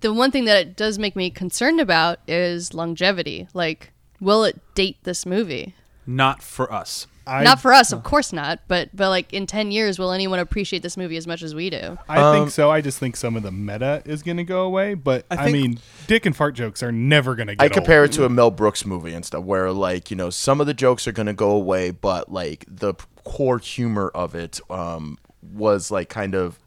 Speaker 5: the one thing that it does make me concerned about is longevity. Like, will it date this movie?
Speaker 6: Not for us.
Speaker 8: I,
Speaker 5: not for us, of course not. But but like in ten years, will anyone appreciate this movie as much as we do?
Speaker 8: I think so. I just think some of the meta is going to go away. But I,
Speaker 10: think-
Speaker 8: mean, dick and fart jokes are never going to get
Speaker 7: I
Speaker 8: old.
Speaker 7: compare it to
Speaker 10: Mm-hmm.
Speaker 7: a Mel Brooks movie and stuff, where like you know some of the jokes are going to go away, but like the p- core humor of it um, was like kind of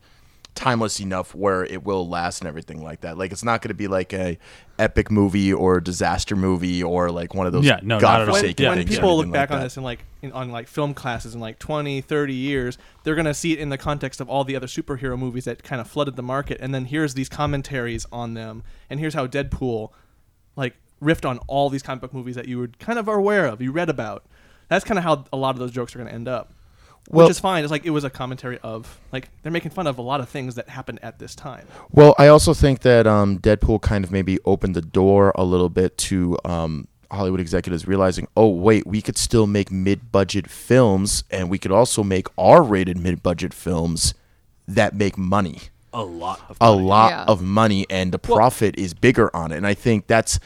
Speaker 7: timeless enough where it will last and everything like that. Like it's not going to be like a epic movie or disaster movie or like one of those
Speaker 6: Yeah, no, not at all.
Speaker 10: when,
Speaker 7: godforsaken
Speaker 6: Yeah.
Speaker 10: when
Speaker 7: things or
Speaker 10: people look
Speaker 7: anything
Speaker 10: back
Speaker 7: like
Speaker 10: on
Speaker 7: that.
Speaker 10: this and like in, on like film classes in like 20, 30 years, they're going to see it in the context of all the other superhero movies that kind of flooded the market. And then here's these commentaries on them. And here's how Deadpool like riffed on all these comic book movies that you were kind of aware of, you read about. That's kind of how a lot of those jokes are going to end up.
Speaker 7: Well-
Speaker 10: which is fine. It's like it was a commentary of like they're making fun of a lot of things that happened at this time.
Speaker 7: Well, I also think that um, Deadpool kind of maybe opened the door a little bit to um, Hollywood executives realizing, oh wait, we could still make mid-budget films, and we could also make R-rated mid-budget films that make money.
Speaker 11: A lot of
Speaker 7: a lot
Speaker 5: Yeah.
Speaker 7: of money and the profit is bigger on it and i think that's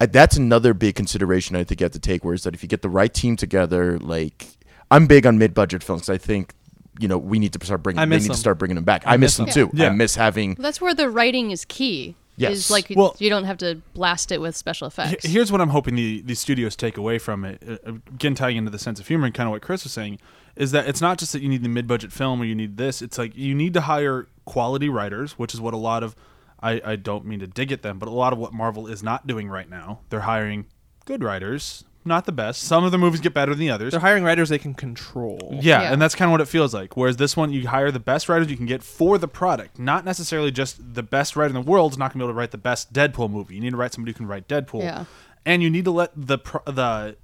Speaker 7: uh, that's another big consideration i think you have to take where is that if you get the right team together like i'm big on mid-budget films 'cause i think you know we need to start bringing
Speaker 10: I
Speaker 7: they
Speaker 10: miss
Speaker 7: need
Speaker 10: them.
Speaker 7: to start bringing them back i, miss,
Speaker 10: miss
Speaker 7: them too
Speaker 6: Yeah.
Speaker 7: i miss having
Speaker 5: That's where the writing is key.
Speaker 7: Yes.
Speaker 5: Is like
Speaker 6: Well-
Speaker 5: you don't have to blast it with special effects.
Speaker 6: H- Here's what I'm hoping the, the studios take away from it. Uh, uh, Again, tying into the sense of humor and kind of what Chris was saying, is that it's not just that you need the mid budget film or you need this. It's like you need to hire quality writers, which is what a lot of, I, I don't mean to dig at them, but a lot of what Marvel is not doing right now. They're hiring good writers, not the best. Some of their movies get better than the others.
Speaker 10: They're hiring writers they can control.
Speaker 6: Yeah,
Speaker 5: Yeah.
Speaker 6: and that's kind of what it feels like. Whereas this one, you hire the best writers you can get for the product, not necessarily just the best writer in the world's not going to be able to write the best Deadpool movie. You need to write somebody who can write Deadpool,
Speaker 5: Yeah.
Speaker 6: and you need to let the pro- the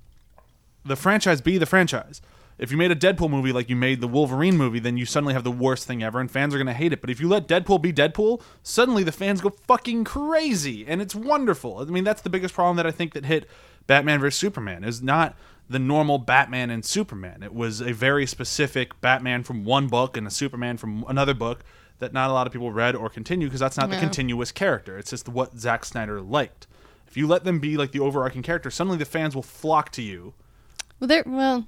Speaker 6: the franchise be the franchise. If you made a Deadpool movie like you made the Wolverine movie, then you suddenly have the worst thing ever, and fans are going to hate it. But if you let Deadpool be Deadpool, suddenly the fans go fucking crazy, and it's wonderful. I mean, that's the biggest problem that I think that hit Batman vs Superman is not the normal Batman and Superman. It was a very specific Batman from one book and a Superman from another book that not a lot of people read or continue because that's not the continuous character. It's just what Zack Snyder liked. If you let them be like the overarching character, suddenly the fans will flock to you
Speaker 5: Well, there, well,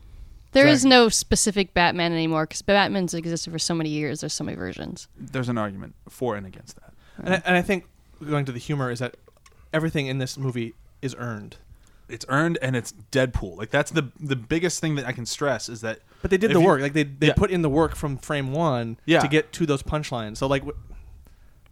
Speaker 5: there is
Speaker 6: Sorry.
Speaker 5: no specific Batman anymore because Batman's existed for so many years. There's so many versions.
Speaker 6: there's an argument for and against that.
Speaker 10: And I, and I think going to the humor is that everything in this movie is earned.
Speaker 6: It's earned and it's Deadpool. Like that's the the biggest thing that I can stress is that.
Speaker 10: But they did
Speaker 6: if
Speaker 10: the
Speaker 6: you-
Speaker 10: work. Like they, they
Speaker 6: Yeah.
Speaker 10: put in the work from frame one
Speaker 6: Yeah.
Speaker 10: to get to those punchlines. So like w-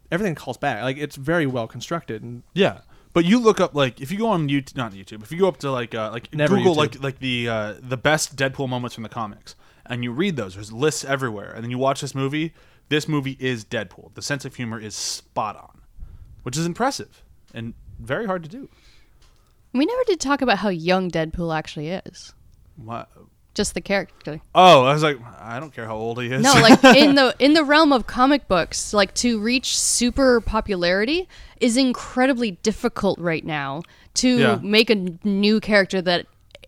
Speaker 10: everything calls back. Like it's very well constructed. And
Speaker 6: Yeah, but you look up like if you go on YouTube, not YouTube. If you go up to like uh, like
Speaker 10: Never
Speaker 6: Google like
Speaker 10: YouTube.
Speaker 6: like the uh, the best Deadpool moments from the comics, and you read those. There's lists everywhere, and then you watch this movie. This movie is Deadpool. The sense of humor is spot on, which is impressive and very hard to do.
Speaker 5: We never did talk about how young Deadpool actually is.
Speaker 6: Why-
Speaker 5: Just the character.
Speaker 6: Oh, I was like, I don't care how old he is.
Speaker 5: No, like in the in the realm of comic books, like to reach super popularity is incredibly difficult right now to
Speaker 6: Yeah.
Speaker 5: make a n- new character that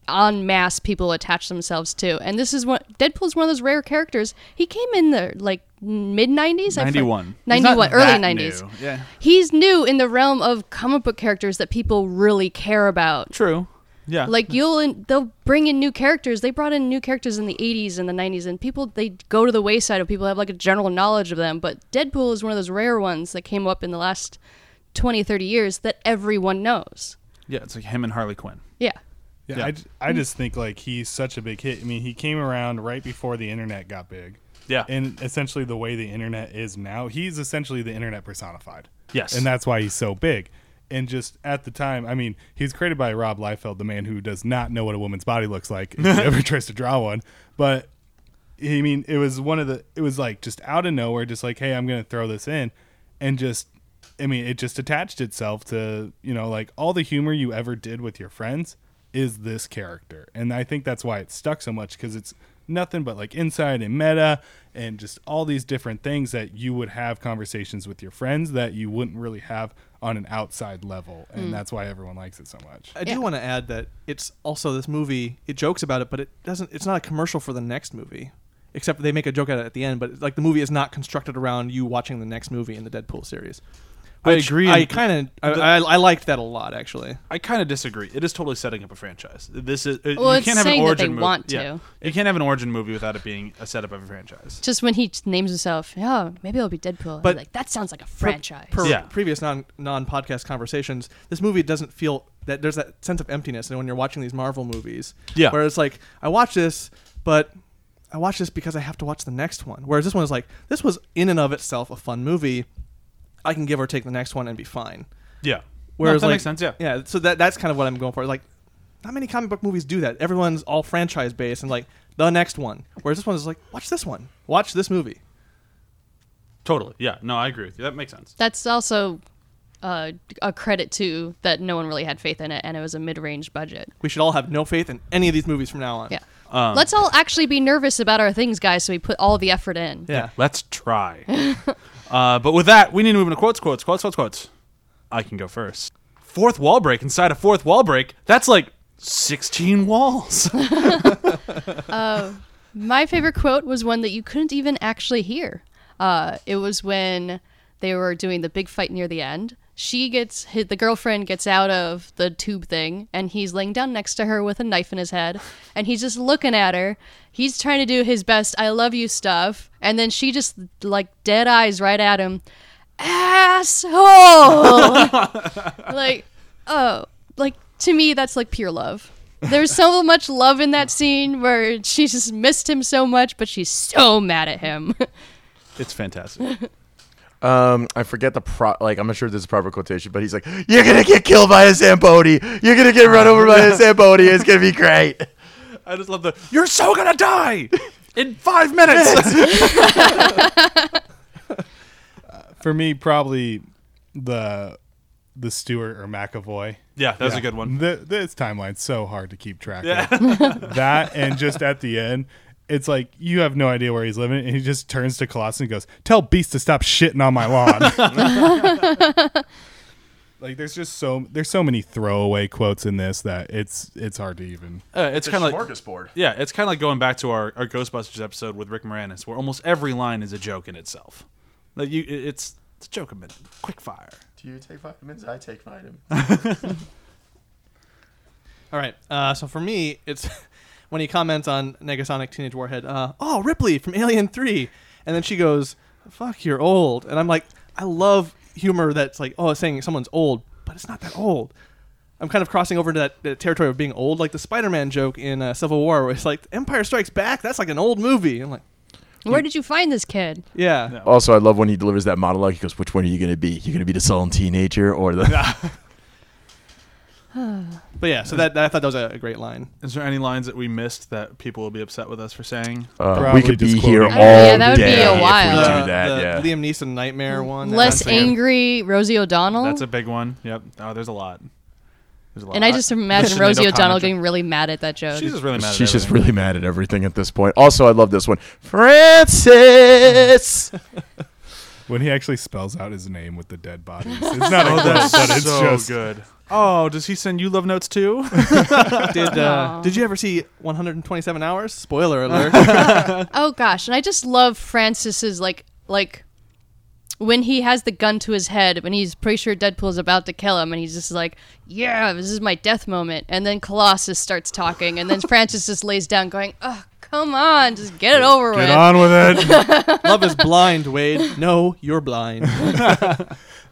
Speaker 5: en masse people attach themselves to. And this is what Deadpool's one of those rare characters. He came in the like mid 90s,
Speaker 6: 91. He's not
Speaker 5: 91, early
Speaker 6: that
Speaker 5: 90s.
Speaker 6: new. Yeah.
Speaker 5: He's new in the realm of comic book characters that people really care about.
Speaker 6: true. Yeah,
Speaker 5: Like you'll in, they'll bring in new characters. They brought in new characters in the 80s and the 90s and people they go to the wayside of people have like a general knowledge of them, but Deadpool is one of those rare ones that came up in the last 20 30 years that everyone knows.
Speaker 6: yeah. It's like him and Harley Quinn.
Speaker 5: Yeah.
Speaker 8: Yeah,
Speaker 6: Yeah.
Speaker 8: I, j- I just think like he's such a big hit. I mean, he came around right before the internet got big.
Speaker 6: Yeah.
Speaker 8: and essentially the way the internet is now, he's essentially the internet personified.
Speaker 6: Yes.
Speaker 8: and that's why he's so big. And just at the time, I mean, he's created by Rob Liefeld, the man who does not know what a woman's body looks like if he ever tries to draw one. But I mean, it was one of the. It was like just out of nowhere, just like, hey, I'm gonna throw this in, and just, I mean, it just attached itself to you know like all the humor you ever did with your friends is this character, and I think that's why it stuck so much because it's nothing but like inside and meta and just all these different things that you would have conversations with your friends that you wouldn't really have on an outside level, and that's why everyone likes it so much.
Speaker 10: I do want to add that it's also this movie. It jokes about it, but it doesn't. It's not a commercial for the next movie, except they make a joke at it at the end. But like the movie is not constructed around you watching the next movie in the Deadpool series.
Speaker 6: I
Speaker 10: Which
Speaker 6: agree.
Speaker 10: I kind of. I, I, I liked that a lot actually.
Speaker 6: I kind of disagree. It is totally setting up a franchise. This is uh,
Speaker 5: Well,
Speaker 6: you
Speaker 5: it's
Speaker 6: can't have an
Speaker 5: saying that
Speaker 6: origin
Speaker 5: they
Speaker 6: movie.
Speaker 5: want
Speaker 6: Yeah.
Speaker 5: to.
Speaker 6: You can't have an origin movie without it being a setup of a franchise.
Speaker 5: Just when he t- names himself, "Yeah, maybe I'll be Deadpool." But
Speaker 10: But-
Speaker 5: like that sounds like a franchise.
Speaker 10: per
Speaker 6: Yeah.
Speaker 10: previous non non podcast conversations, this movie doesn't feel that there's that sense of emptiness. And when you're watching these Marvel movies,
Speaker 6: Yeah.
Speaker 10: where it's like I watch this, but I watch this because I have to watch the next one. Whereas this one is like this was in and of itself a fun movie. I can give or take the next one and be fine.
Speaker 6: Yeah.
Speaker 10: Whereas
Speaker 6: No, that
Speaker 10: like,
Speaker 6: makes sense. Yeah.
Speaker 10: yeah. So that that's kind of what I'm going for. Like not many comic book movies do that. Everyone's all franchise based and like the next one. Whereas this one is like, watch this one, watch this movie.
Speaker 6: Totally. Yeah. No, I agree with you. That makes sense.
Speaker 5: That's also uh, a credit to that no one really had faith in it, and it was a mid-range budget.
Speaker 10: We should all have no faith in any of these movies from now on.
Speaker 5: Yeah. Let's all actually be nervous about our things, guys, so we put all the effort in.
Speaker 10: Yeah.
Speaker 6: Let's try. uh, but with that, we need to move into quotes, quotes, quotes, quotes, quotes. I can go first. Fourth wall break inside a fourth wall break. That's like 16 walls.
Speaker 5: My favorite quote was one that you couldn't even actually hear. Uh, it was when they were doing the big fight near the end. She gets hit, the girlfriend gets out of the tube thing, and he's laying down next to her with a knife in his head, and he's just looking at her. He's trying to do his best "I love you" stuff, and then she just like dead eyes right at him, asshole. like, oh, like to me, that's like pure love. There's so much love in that scene where she just missed him so much, but she's so mad at him.
Speaker 6: it's fantastic.
Speaker 7: Um, I forget the pro. Like, I'm not sure if this is a proper quotation, but he's like, "You're gonna get killed by a Zamboni. You're gonna get run over by a Zamboni. It's gonna be great."
Speaker 6: I just love the, you're so going to die in five minutes.
Speaker 8: For me, probably the the Stewart or McAvoy.
Speaker 6: yeah, that was a good one.
Speaker 8: The, this timeline's so hard to keep track of. that and just at the end, it's like you have no idea where he's living, and he just turns to Colossus and goes, "Tell Beast to stop shitting on my lawn." like there's just so there's so many throwaway quotes in this that it's it's hard to even.
Speaker 6: Uh, it's kind of like
Speaker 7: smorgasbord.
Speaker 6: yeah, it's kind of like going back to our, our Ghostbusters episode with Rick Moranis, where almost every line is a joke in itself. Like you, it- it's it's a joke a minute, quick fire.
Speaker 7: Do you take vitamins? I take vitamins.
Speaker 10: All right. Uh, so for me, it's when he comments on Negasonic Teenage Warhead. Uh, oh, Ripley from Alien Three, and then she goes, "Fuck, you're old." And I'm like, I love humor that's like, oh, it's saying someone's old, but it's not that old. I'm kind of crossing over into that, that territory of being old, like the Spider-Man joke in uh, Civil War, where it's like Empire Strikes Back. That's like an old movie. I'm like,
Speaker 5: Where did you find this kid?
Speaker 10: yeah,
Speaker 7: Also, I love when he delivers that monologue. He goes, "Which one are you gonna be? You're gonna be the sullen teenager or the?" uh,
Speaker 10: but yeah. So that, that I thought that was a, a great line.
Speaker 6: Is there any lines that we missed that people will be upset with us for saying?
Speaker 7: Uh, we
Speaker 8: Probably
Speaker 7: could be
Speaker 8: just
Speaker 7: here all
Speaker 8: quoting.
Speaker 5: Yeah, that would be
Speaker 7: day
Speaker 5: a
Speaker 7: if we
Speaker 5: while.
Speaker 7: do
Speaker 10: Uh,
Speaker 7: that,
Speaker 10: the
Speaker 7: yeah.
Speaker 10: Liam Neesen nightmare one.
Speaker 5: Less
Speaker 10: That's like-
Speaker 5: angry Rosie O'Donnell.
Speaker 6: uh, That's a big one. Yep. Oh, there's a lot. There's a lot.
Speaker 5: and I just imagine
Speaker 6: Tornado
Speaker 5: Rosie O'Donnell
Speaker 6: commented.
Speaker 5: getting really mad at that joke.
Speaker 6: She's just really mad.
Speaker 7: She's
Speaker 6: at
Speaker 7: just
Speaker 6: everything.
Speaker 7: really mad at everything at this point. Also, I love this one, Francis.
Speaker 8: When he actually spells out his name with the dead bodies, it's not a
Speaker 6: Oh,
Speaker 8: quote,
Speaker 6: that's
Speaker 8: but it's
Speaker 6: so
Speaker 8: just
Speaker 6: good. Oh, does he send you love notes too?
Speaker 10: Did uh, did you ever see 127 Hours? Spoiler alert.
Speaker 5: Oh gosh, and I just love Francis's like like when he has the gun to his head when he's pretty sure Deadpool's about to kill him and he's just like, "Yeah, this is my death moment." And then Colossus starts talking and then Francis just lays down going, "Oh, come on, just get it over
Speaker 8: get
Speaker 5: with."
Speaker 8: on with it.
Speaker 10: Love is blind, Wade. No, you're blind.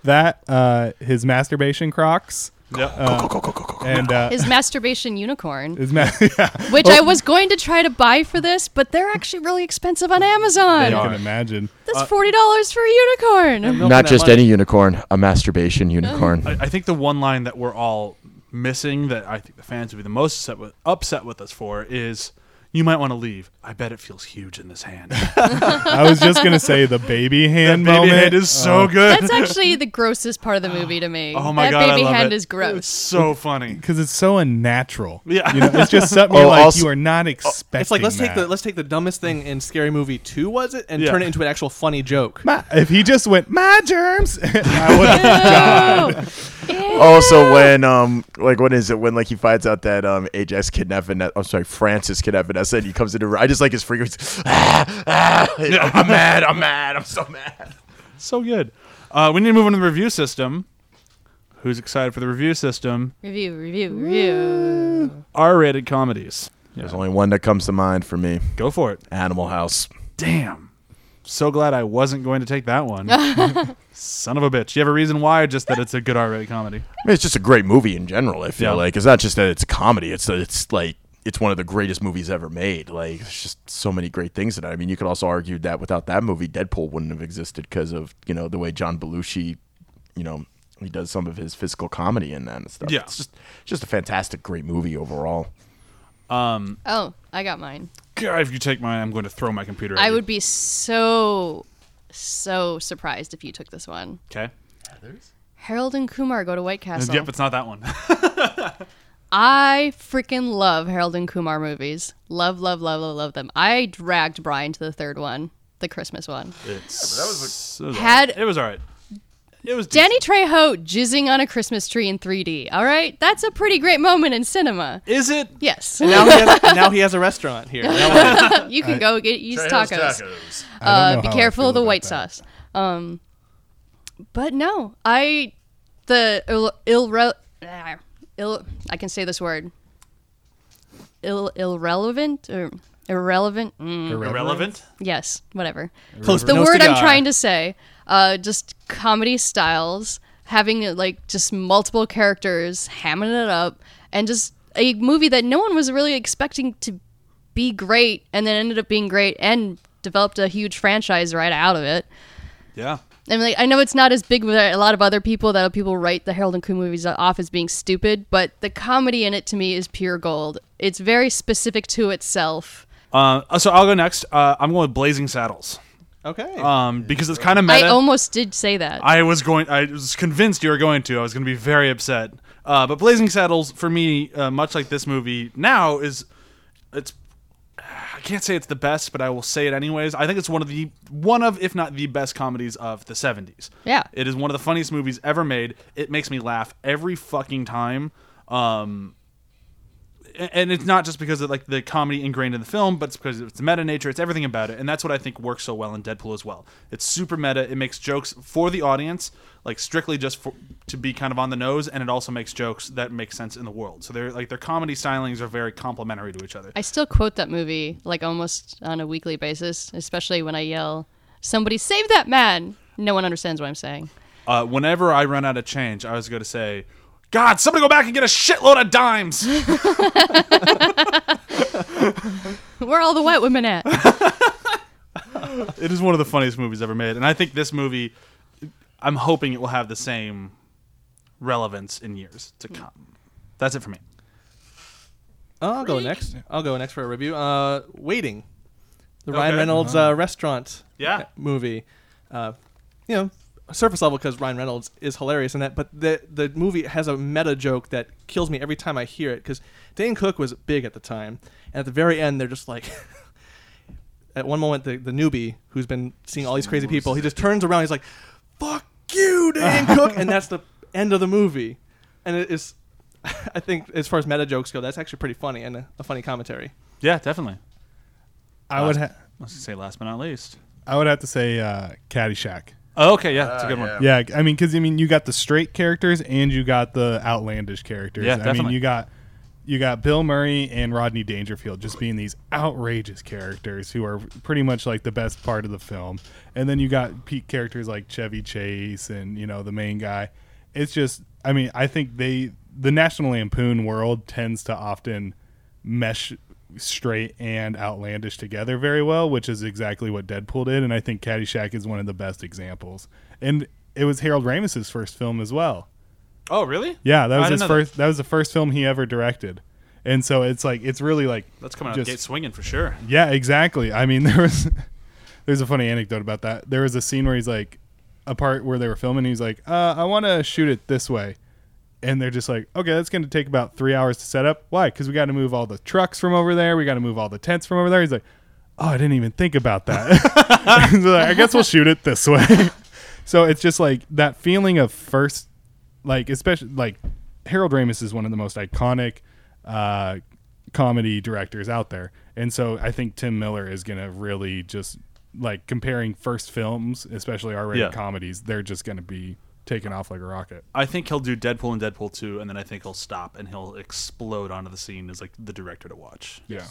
Speaker 8: that uh his masturbation crocs
Speaker 6: Yep.
Speaker 8: Uh, and uh
Speaker 5: His masturbation unicorn,
Speaker 8: his ma- yeah,
Speaker 5: which I was going to try to buy for this, but they're actually really expensive on
Speaker 8: I
Speaker 5: Amazon.
Speaker 8: can imagine.
Speaker 6: Uh,
Speaker 5: That's forty dollars for a unicorn.
Speaker 7: Not just any unicorn, a masturbation unicorn.
Speaker 6: I think the one line that we're all missing that I think the fans would be the most upset with, upset with us for is you might want to leave. I bet it feels huge in this hand. that
Speaker 8: I was just gonna say the baby hand
Speaker 6: baby
Speaker 8: moment uh,
Speaker 6: hand is so
Speaker 10: Oh.
Speaker 6: good.
Speaker 5: That's actually the grossest part of the movie to me.
Speaker 6: Oh my
Speaker 5: that
Speaker 6: god,
Speaker 5: baby
Speaker 6: I love
Speaker 5: hand
Speaker 6: it.
Speaker 5: is
Speaker 6: It's
Speaker 5: gross.
Speaker 6: so funny.
Speaker 8: because it's so unnatural.
Speaker 6: Yeah.
Speaker 8: you know, it's just something
Speaker 7: Oh,
Speaker 8: you're like
Speaker 7: also-
Speaker 8: you are not expecting.
Speaker 10: It's like let's take
Speaker 8: that.
Speaker 10: the let's take the dumbest thing in Scary Movie Two, was it, and
Speaker 6: Yeah.
Speaker 10: turn it into an actual funny joke.
Speaker 8: My- if he just went my germs, I would have
Speaker 7: Also, when um, like when is it when like he finds out that um, Ajax kidnapped Vanessa? I'm sorry, Francis kidnapped Vanessa, and he comes into. I just like his frequency. Ah, ah, I'm mad. I'm mad. I'm so mad.
Speaker 6: So good. Uh, we need to move on to the review system. Who's excited for the review system?
Speaker 5: Review, review, review.
Speaker 6: R-rated comedies.
Speaker 7: There's only one that comes to mind for me:
Speaker 6: Go for it.
Speaker 7: Animal House.
Speaker 6: Damn. So glad I wasn't going to take that one. Son of a bitch. You have a reason why, or just that it's a good R-rated comedy.
Speaker 7: I mean, it's just a great movie in general. I feel
Speaker 6: Yeah.
Speaker 7: like it's not just that it's a comedy. It's it's like it's one of the greatest movies ever made. Like there's just so many great things in it. I mean, you could also argue that without that movie, Deadpool wouldn't have existed because of you know the way John Belushi, you know, he does some of his physical comedy in that and stuff.
Speaker 8: Yeah.
Speaker 7: it's just just a fantastic, great movie overall.
Speaker 5: Oh, I got mine.
Speaker 8: God, if you take mine, I'm going to throw my computer. At
Speaker 5: I
Speaker 8: you.
Speaker 5: would be so, so surprised if you took this one.
Speaker 8: Okay.
Speaker 5: Harold and Kumar go to White Castle.
Speaker 8: Yep, it's not that one.
Speaker 5: I freaking love Harold and Kumar movies. Love, love, love, love, love them. I dragged Brian to the third one, the Christmas one.
Speaker 8: that was. it was
Speaker 5: Had-
Speaker 8: all right. it was all right. It was
Speaker 5: Danny Trejo jizzing on a Christmas tree in 3D. All right, that's a pretty great moment in cinema.
Speaker 8: Is it?
Speaker 5: Yes,
Speaker 12: now, he has, now he has a restaurant here. Now-
Speaker 5: you can go get these tacos.
Speaker 10: I don't know
Speaker 5: Be
Speaker 10: how I
Speaker 5: careful
Speaker 10: feel
Speaker 5: of the
Speaker 10: about
Speaker 5: white
Speaker 10: that.
Speaker 5: sauce. Um, but no, I the ill ill, ill I can say this word. Ill irrelevant or irrelevant. Mm,
Speaker 8: Irrelevant.
Speaker 5: yes, whatever.
Speaker 12: Close
Speaker 5: the
Speaker 12: nose
Speaker 5: word I'm
Speaker 12: cigar.
Speaker 5: trying to say. Uh, just comedy styles, having uh, like just multiple characters, hamming it up, and just a movie that no one was really expecting to be great, and then ended up being great, and developed a huge franchise right out of it.
Speaker 8: Yeah.
Speaker 5: I mean, like, I know it's not as big with a lot of other people that people write the Harold and Kumar movies off as being stupid, but the comedy in it to me is pure gold. It's very specific to itself.
Speaker 8: Uh, so I'll go next. Uh, I'm going with Blazing Saddles.
Speaker 12: Okay.
Speaker 8: Um, because it's kind of
Speaker 5: I
Speaker 8: meta.
Speaker 5: almost did say that.
Speaker 8: I was going. I was convinced you were going to. I was going to be very upset. Uh, but Blazing Saddles for me, uh, much like this movie now, is it's. I can't say it's the best, but I will say it anyways. I think it's one of the one of, if not the best comedies of the '70s.
Speaker 5: Yeah.
Speaker 8: it is one of the funniest movies ever made. It makes me laugh every fucking time. Um, a- and it's not just because of like the comedy ingrained in the film, but it's because of its meta nature. It's everything about it, and that's what I think works so well in Deadpool as well. It's super meta. It makes jokes for the audience, like strictly just for, to be kind of on the nose, and it also makes jokes that make sense in the world. So they're like their comedy stylings are very complementary to each other.
Speaker 5: I still quote that movie like almost on a weekly basis, especially when I yell, "Somebody save that man!" No one understands what I'm saying.
Speaker 8: Uh, whenever I run out of change, I was going to say, "God, somebody go back and get a shitload of dimes."
Speaker 5: Where are all the white women at?
Speaker 8: it is one of the funniest movies ever made, and I think this movie, I'm hoping it will have the same relevance in years to come. That's it for me.
Speaker 12: I'll go next. I'll go next for a review. Uh, Waiting, the Ryan Reynolds uh, restaurant
Speaker 8: Yeah.
Speaker 12: movie. Uh, you know, surface level because Ryan Reynolds is hilarious in that, but the the movie has a meta joke that kills me every time I hear it because Dane Cook was big at the time, and at the very end they're just like. At one moment, the, the newbie who's been seeing all these crazy people, he just turns around. He's like, "Fuck you, Dan Cook," and that's the end of the movie. And it is, I think, as far as meta jokes go, that's actually pretty funny and a, a funny commentary.
Speaker 8: Yeah, definitely.
Speaker 10: I would ha-
Speaker 8: Let's say last but not least.
Speaker 10: I would have to say uh, Caddyshack.
Speaker 8: Oh, okay, yeah, it's a good one.
Speaker 10: Yeah, I mean, because I mean, you got the straight characters and you got the outlandish characters.
Speaker 8: Yeah,
Speaker 10: I mean,
Speaker 8: definitely.
Speaker 10: you got you got Bill Murray and Rodney Dangerfield just being these outrageous characters who are pretty much like the best part of the film, and then you got peak characters like Chevy Chase and you know the main guy. It's just, I mean, I think they the National Lampoon world tends to often mesh straight and outlandish together very well, which is exactly what Deadpool did. And I think Caddyshack is one of the best examples. And it was Harold Ramis's first film as well.
Speaker 8: Oh, really?
Speaker 10: Yeah, that
Speaker 8: I
Speaker 10: was
Speaker 8: didn't
Speaker 10: his
Speaker 8: know
Speaker 10: first. That. was the first film he ever directed. And so it's like it's really like
Speaker 8: That's coming out
Speaker 10: just-
Speaker 8: of the gate swinging for sure.
Speaker 10: yeah, exactly. I mean, there was there's a funny anecdote about that. There was a scene where he's like a part where they were filming. He's like, uh, "I want to shoot it this way," and they're just like, "Okay, that's going to take about three hours to set up. Why? Because we got to move all the trucks from over there. We got to move all the tents from over there." He's like, "Oh, I didn't even think about that." He's like, I guess we'll shoot it this way. so it's just like that feeling of first, like especially like Harold Ramis is one of the most iconic uh, comedy directors out there, and so I think Tim Miller is gonna really just like comparing first films, especially R-rated
Speaker 8: Yeah.
Speaker 10: comedies. They're just gonna be taken off like a rocket.
Speaker 8: I think he'll do Deadpool and Deadpool 2, and then I think he'll stop and he'll explode onto the scene as like the director to watch.
Speaker 10: Yeah.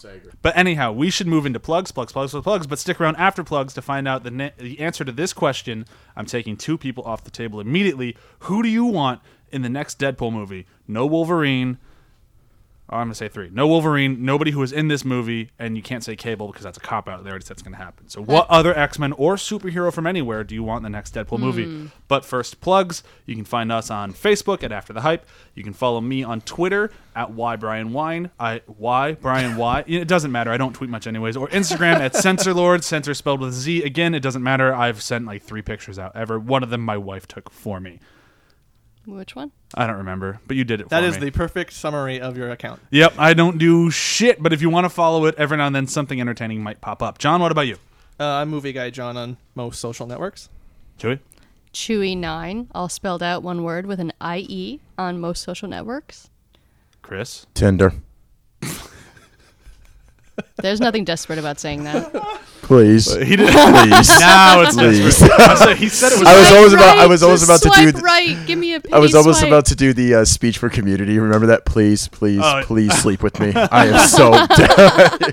Speaker 8: But anyhow, we should move into plugs, plugs, plugs, plugs, plugs. But stick around after plugs to find out the na- the answer to this question. I'm taking two people off the table immediately. Who do you want in the next Deadpool movie? No Wolverine. I'm gonna say three. No Wolverine. Nobody who is in this movie, and you can't say Cable because that's a cop out. They already said it's gonna happen. So, what other X Men or superhero from anywhere do you want in the next Deadpool
Speaker 10: Hmm.
Speaker 8: movie? But first, plugs. You can find us on Facebook at After the Hype. You can follow me on Twitter at Y Brian Wine. I Y Brian Y. It doesn't matter. I don't tweet much anyways. Or Instagram at Censor Lord. Censor spelled with a Z. Again, it doesn't matter. I've sent like three pictures out ever. One of them my wife took for me.
Speaker 5: Which one?
Speaker 8: I don't remember, but you did it.
Speaker 10: That
Speaker 8: for
Speaker 10: is
Speaker 8: me.
Speaker 10: the perfect summary of your account.
Speaker 8: Yep, I don't do shit, but if you want to follow it, every now and then something entertaining might pop up. John, what about you?
Speaker 10: Uh, I'm movie guy John on most social networks.
Speaker 8: Chewy?
Speaker 5: Chewy9, all spelled out one word with an IE on most social networks.
Speaker 8: Chris?
Speaker 7: Tinder.
Speaker 5: There's nothing desperate about saying that.
Speaker 7: Please.
Speaker 8: He did.
Speaker 7: Please.
Speaker 8: now it's
Speaker 7: Please.
Speaker 8: I said- he said it was.
Speaker 7: I was
Speaker 5: Swipe
Speaker 7: always about- I
Speaker 5: right,
Speaker 7: was always about to do
Speaker 5: swipe
Speaker 7: th-
Speaker 5: right. Give me a
Speaker 7: I was
Speaker 5: penny
Speaker 7: almost
Speaker 5: swipe.
Speaker 7: about to do the uh, speech for community. Remember that? Please, please,
Speaker 8: Oh.
Speaker 7: please sleep with me. I am so down.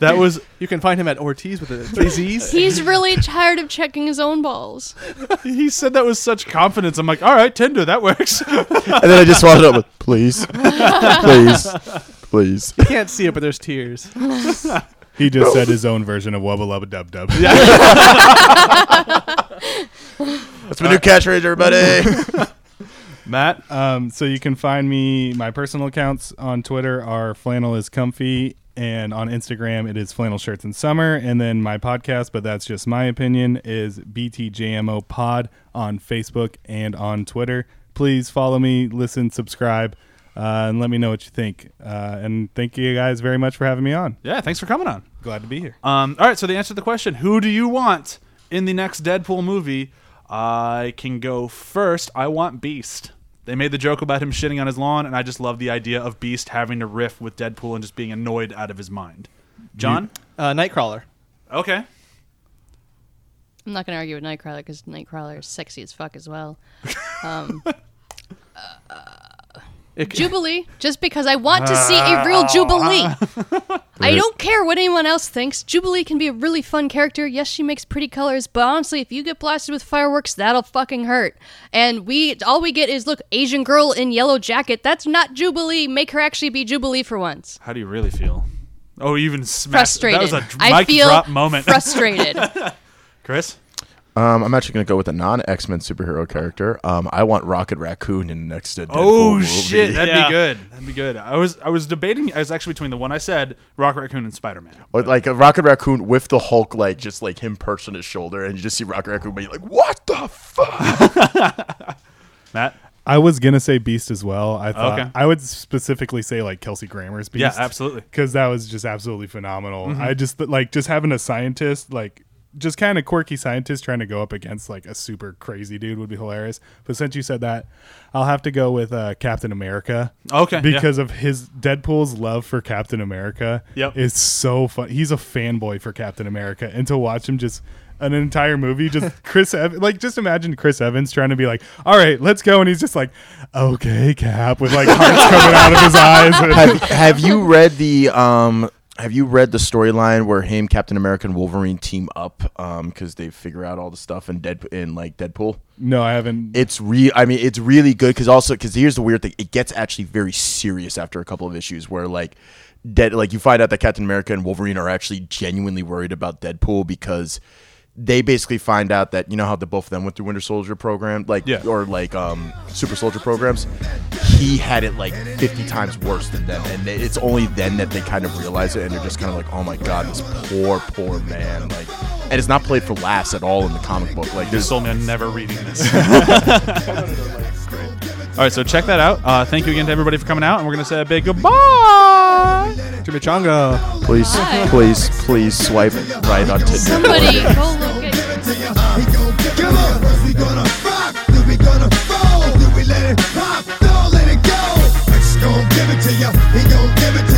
Speaker 8: That was.
Speaker 10: You can find him at Ortiz with a three Z's.
Speaker 5: He's really tired of checking his own balls.
Speaker 8: He said that with such confidence. I'm like, all right, Tinder, that works.
Speaker 7: And then I just followed up with, please, please, please.
Speaker 10: You can't see it, but there's tears.
Speaker 6: He just said his own version of Wubba Lubba Dub Dub.
Speaker 7: That's my new catchphrase, everybody.
Speaker 8: Matt,
Speaker 6: Um, so you can find me. My personal accounts on Twitter are flannel is comfy, and on Instagram it is flannel shirts in summer. And then my podcast, but that's just my opinion, is BTJMO Pod on Facebook and on Twitter. Please follow me, listen, subscribe, uh, and let me know what you think. Uh, and thank you guys very much for having me on.
Speaker 8: yeah, thanks for coming on.
Speaker 6: Glad to be here.
Speaker 8: Um, all right, so the answer to the question, who do you want in the next Deadpool movie? I can go first. I want Beast. They made the joke about him shitting on his lawn, and I just love the idea of Beast having to riff with Deadpool and just being annoyed out of his mind. John?
Speaker 10: Uh, Nightcrawler.
Speaker 8: Okay.
Speaker 5: I'm not going to argue with Nightcrawler because Nightcrawler is sexy as fuck as well.
Speaker 10: It-
Speaker 5: Jubilee, just because I want to see
Speaker 8: Uh,
Speaker 5: a real Jubilee. I don't care what anyone else thinks. Jubilee can be a really fun character. Yes, she makes pretty colors, but honestly, if you get blasted with fireworks, that'll fucking hurt. And we all we get is look, Asian girl in yellow jacket. That's not Jubilee. Make her actually be Jubilee for once.
Speaker 8: How do you really feel? Oh, you even smashed.
Speaker 5: Frustrated.
Speaker 8: That was a
Speaker 5: I
Speaker 8: mic
Speaker 5: feel
Speaker 8: drop moment.
Speaker 5: frustrated.
Speaker 8: Chris,
Speaker 7: Um, I'm actually going to go with a non X Men superhero character. Um, I want Rocket Raccoon in the next Deadpool
Speaker 8: Oh
Speaker 7: movie.
Speaker 8: shit, that'd
Speaker 10: Yeah.
Speaker 8: be good. That'd be good. I was I was debating. I was actually between the one I said, Rock Raccoon, and Spider Man.
Speaker 7: Or like a Rocket Raccoon with the Hulk, like just like him perched on his shoulder, and you just see Rocket Raccoon be like, "What the fuck?"
Speaker 8: Matt,
Speaker 6: I was gonna say Beast as well. I thought
Speaker 8: Okay.
Speaker 6: I would specifically say like Kelsey Grammer's Beast.
Speaker 8: Yeah, absolutely.
Speaker 6: Because that was just absolutely phenomenal. I just th- like just having a scientist like just kind of quirky scientist trying to go up against like a super crazy dude would be hilarious. But since you said that, I'll have to go with uh, Captain America.
Speaker 8: Okay, yeah.
Speaker 6: Because of his Deadpool's love for Captain America.
Speaker 8: Yep.
Speaker 6: Is so fun. He's a fanboy for Captain America, and to watch him just an entire movie, just Chris Ev- like just imagine Chris Evans trying to be like, "All right, let's go," and he's just like, "Okay, Cap," with like hearts coming out of his eyes.
Speaker 7: have, have you read the um? Have you read the storyline where him, Captain America, and Wolverine team up um because they figure out all the stuff in Dead in like Deadpool?
Speaker 6: no, I haven't.
Speaker 7: It's re. I mean, it's really good because also because here's the weird thing: it gets actually very serious after a couple of issues where like. Dead, like you find out that Captain America and Wolverine are actually genuinely worried about Deadpool because they basically find out that you know how the both of them went through Winter Soldier program, like
Speaker 8: Yeah.
Speaker 7: or like um Super Soldier programs. He had it like 50 times worse than them, and they, it's only then that they kind of realize it, and they're just kind of like, oh my god, this poor, poor man. Like, and it's not played for laughs at all in the comic book. Like,
Speaker 8: you
Speaker 7: there's
Speaker 8: sold me on never reading this. Great. All right, so check that out. Uh, thank you again to everybody for coming out, and we're gonna say a big goodbye.
Speaker 10: Chimichanga.
Speaker 7: Please,
Speaker 5: Hi.
Speaker 7: please, please swipe right on Tinder.
Speaker 5: Somebody go look at
Speaker 3: Let's go give it to you. He gon' give it to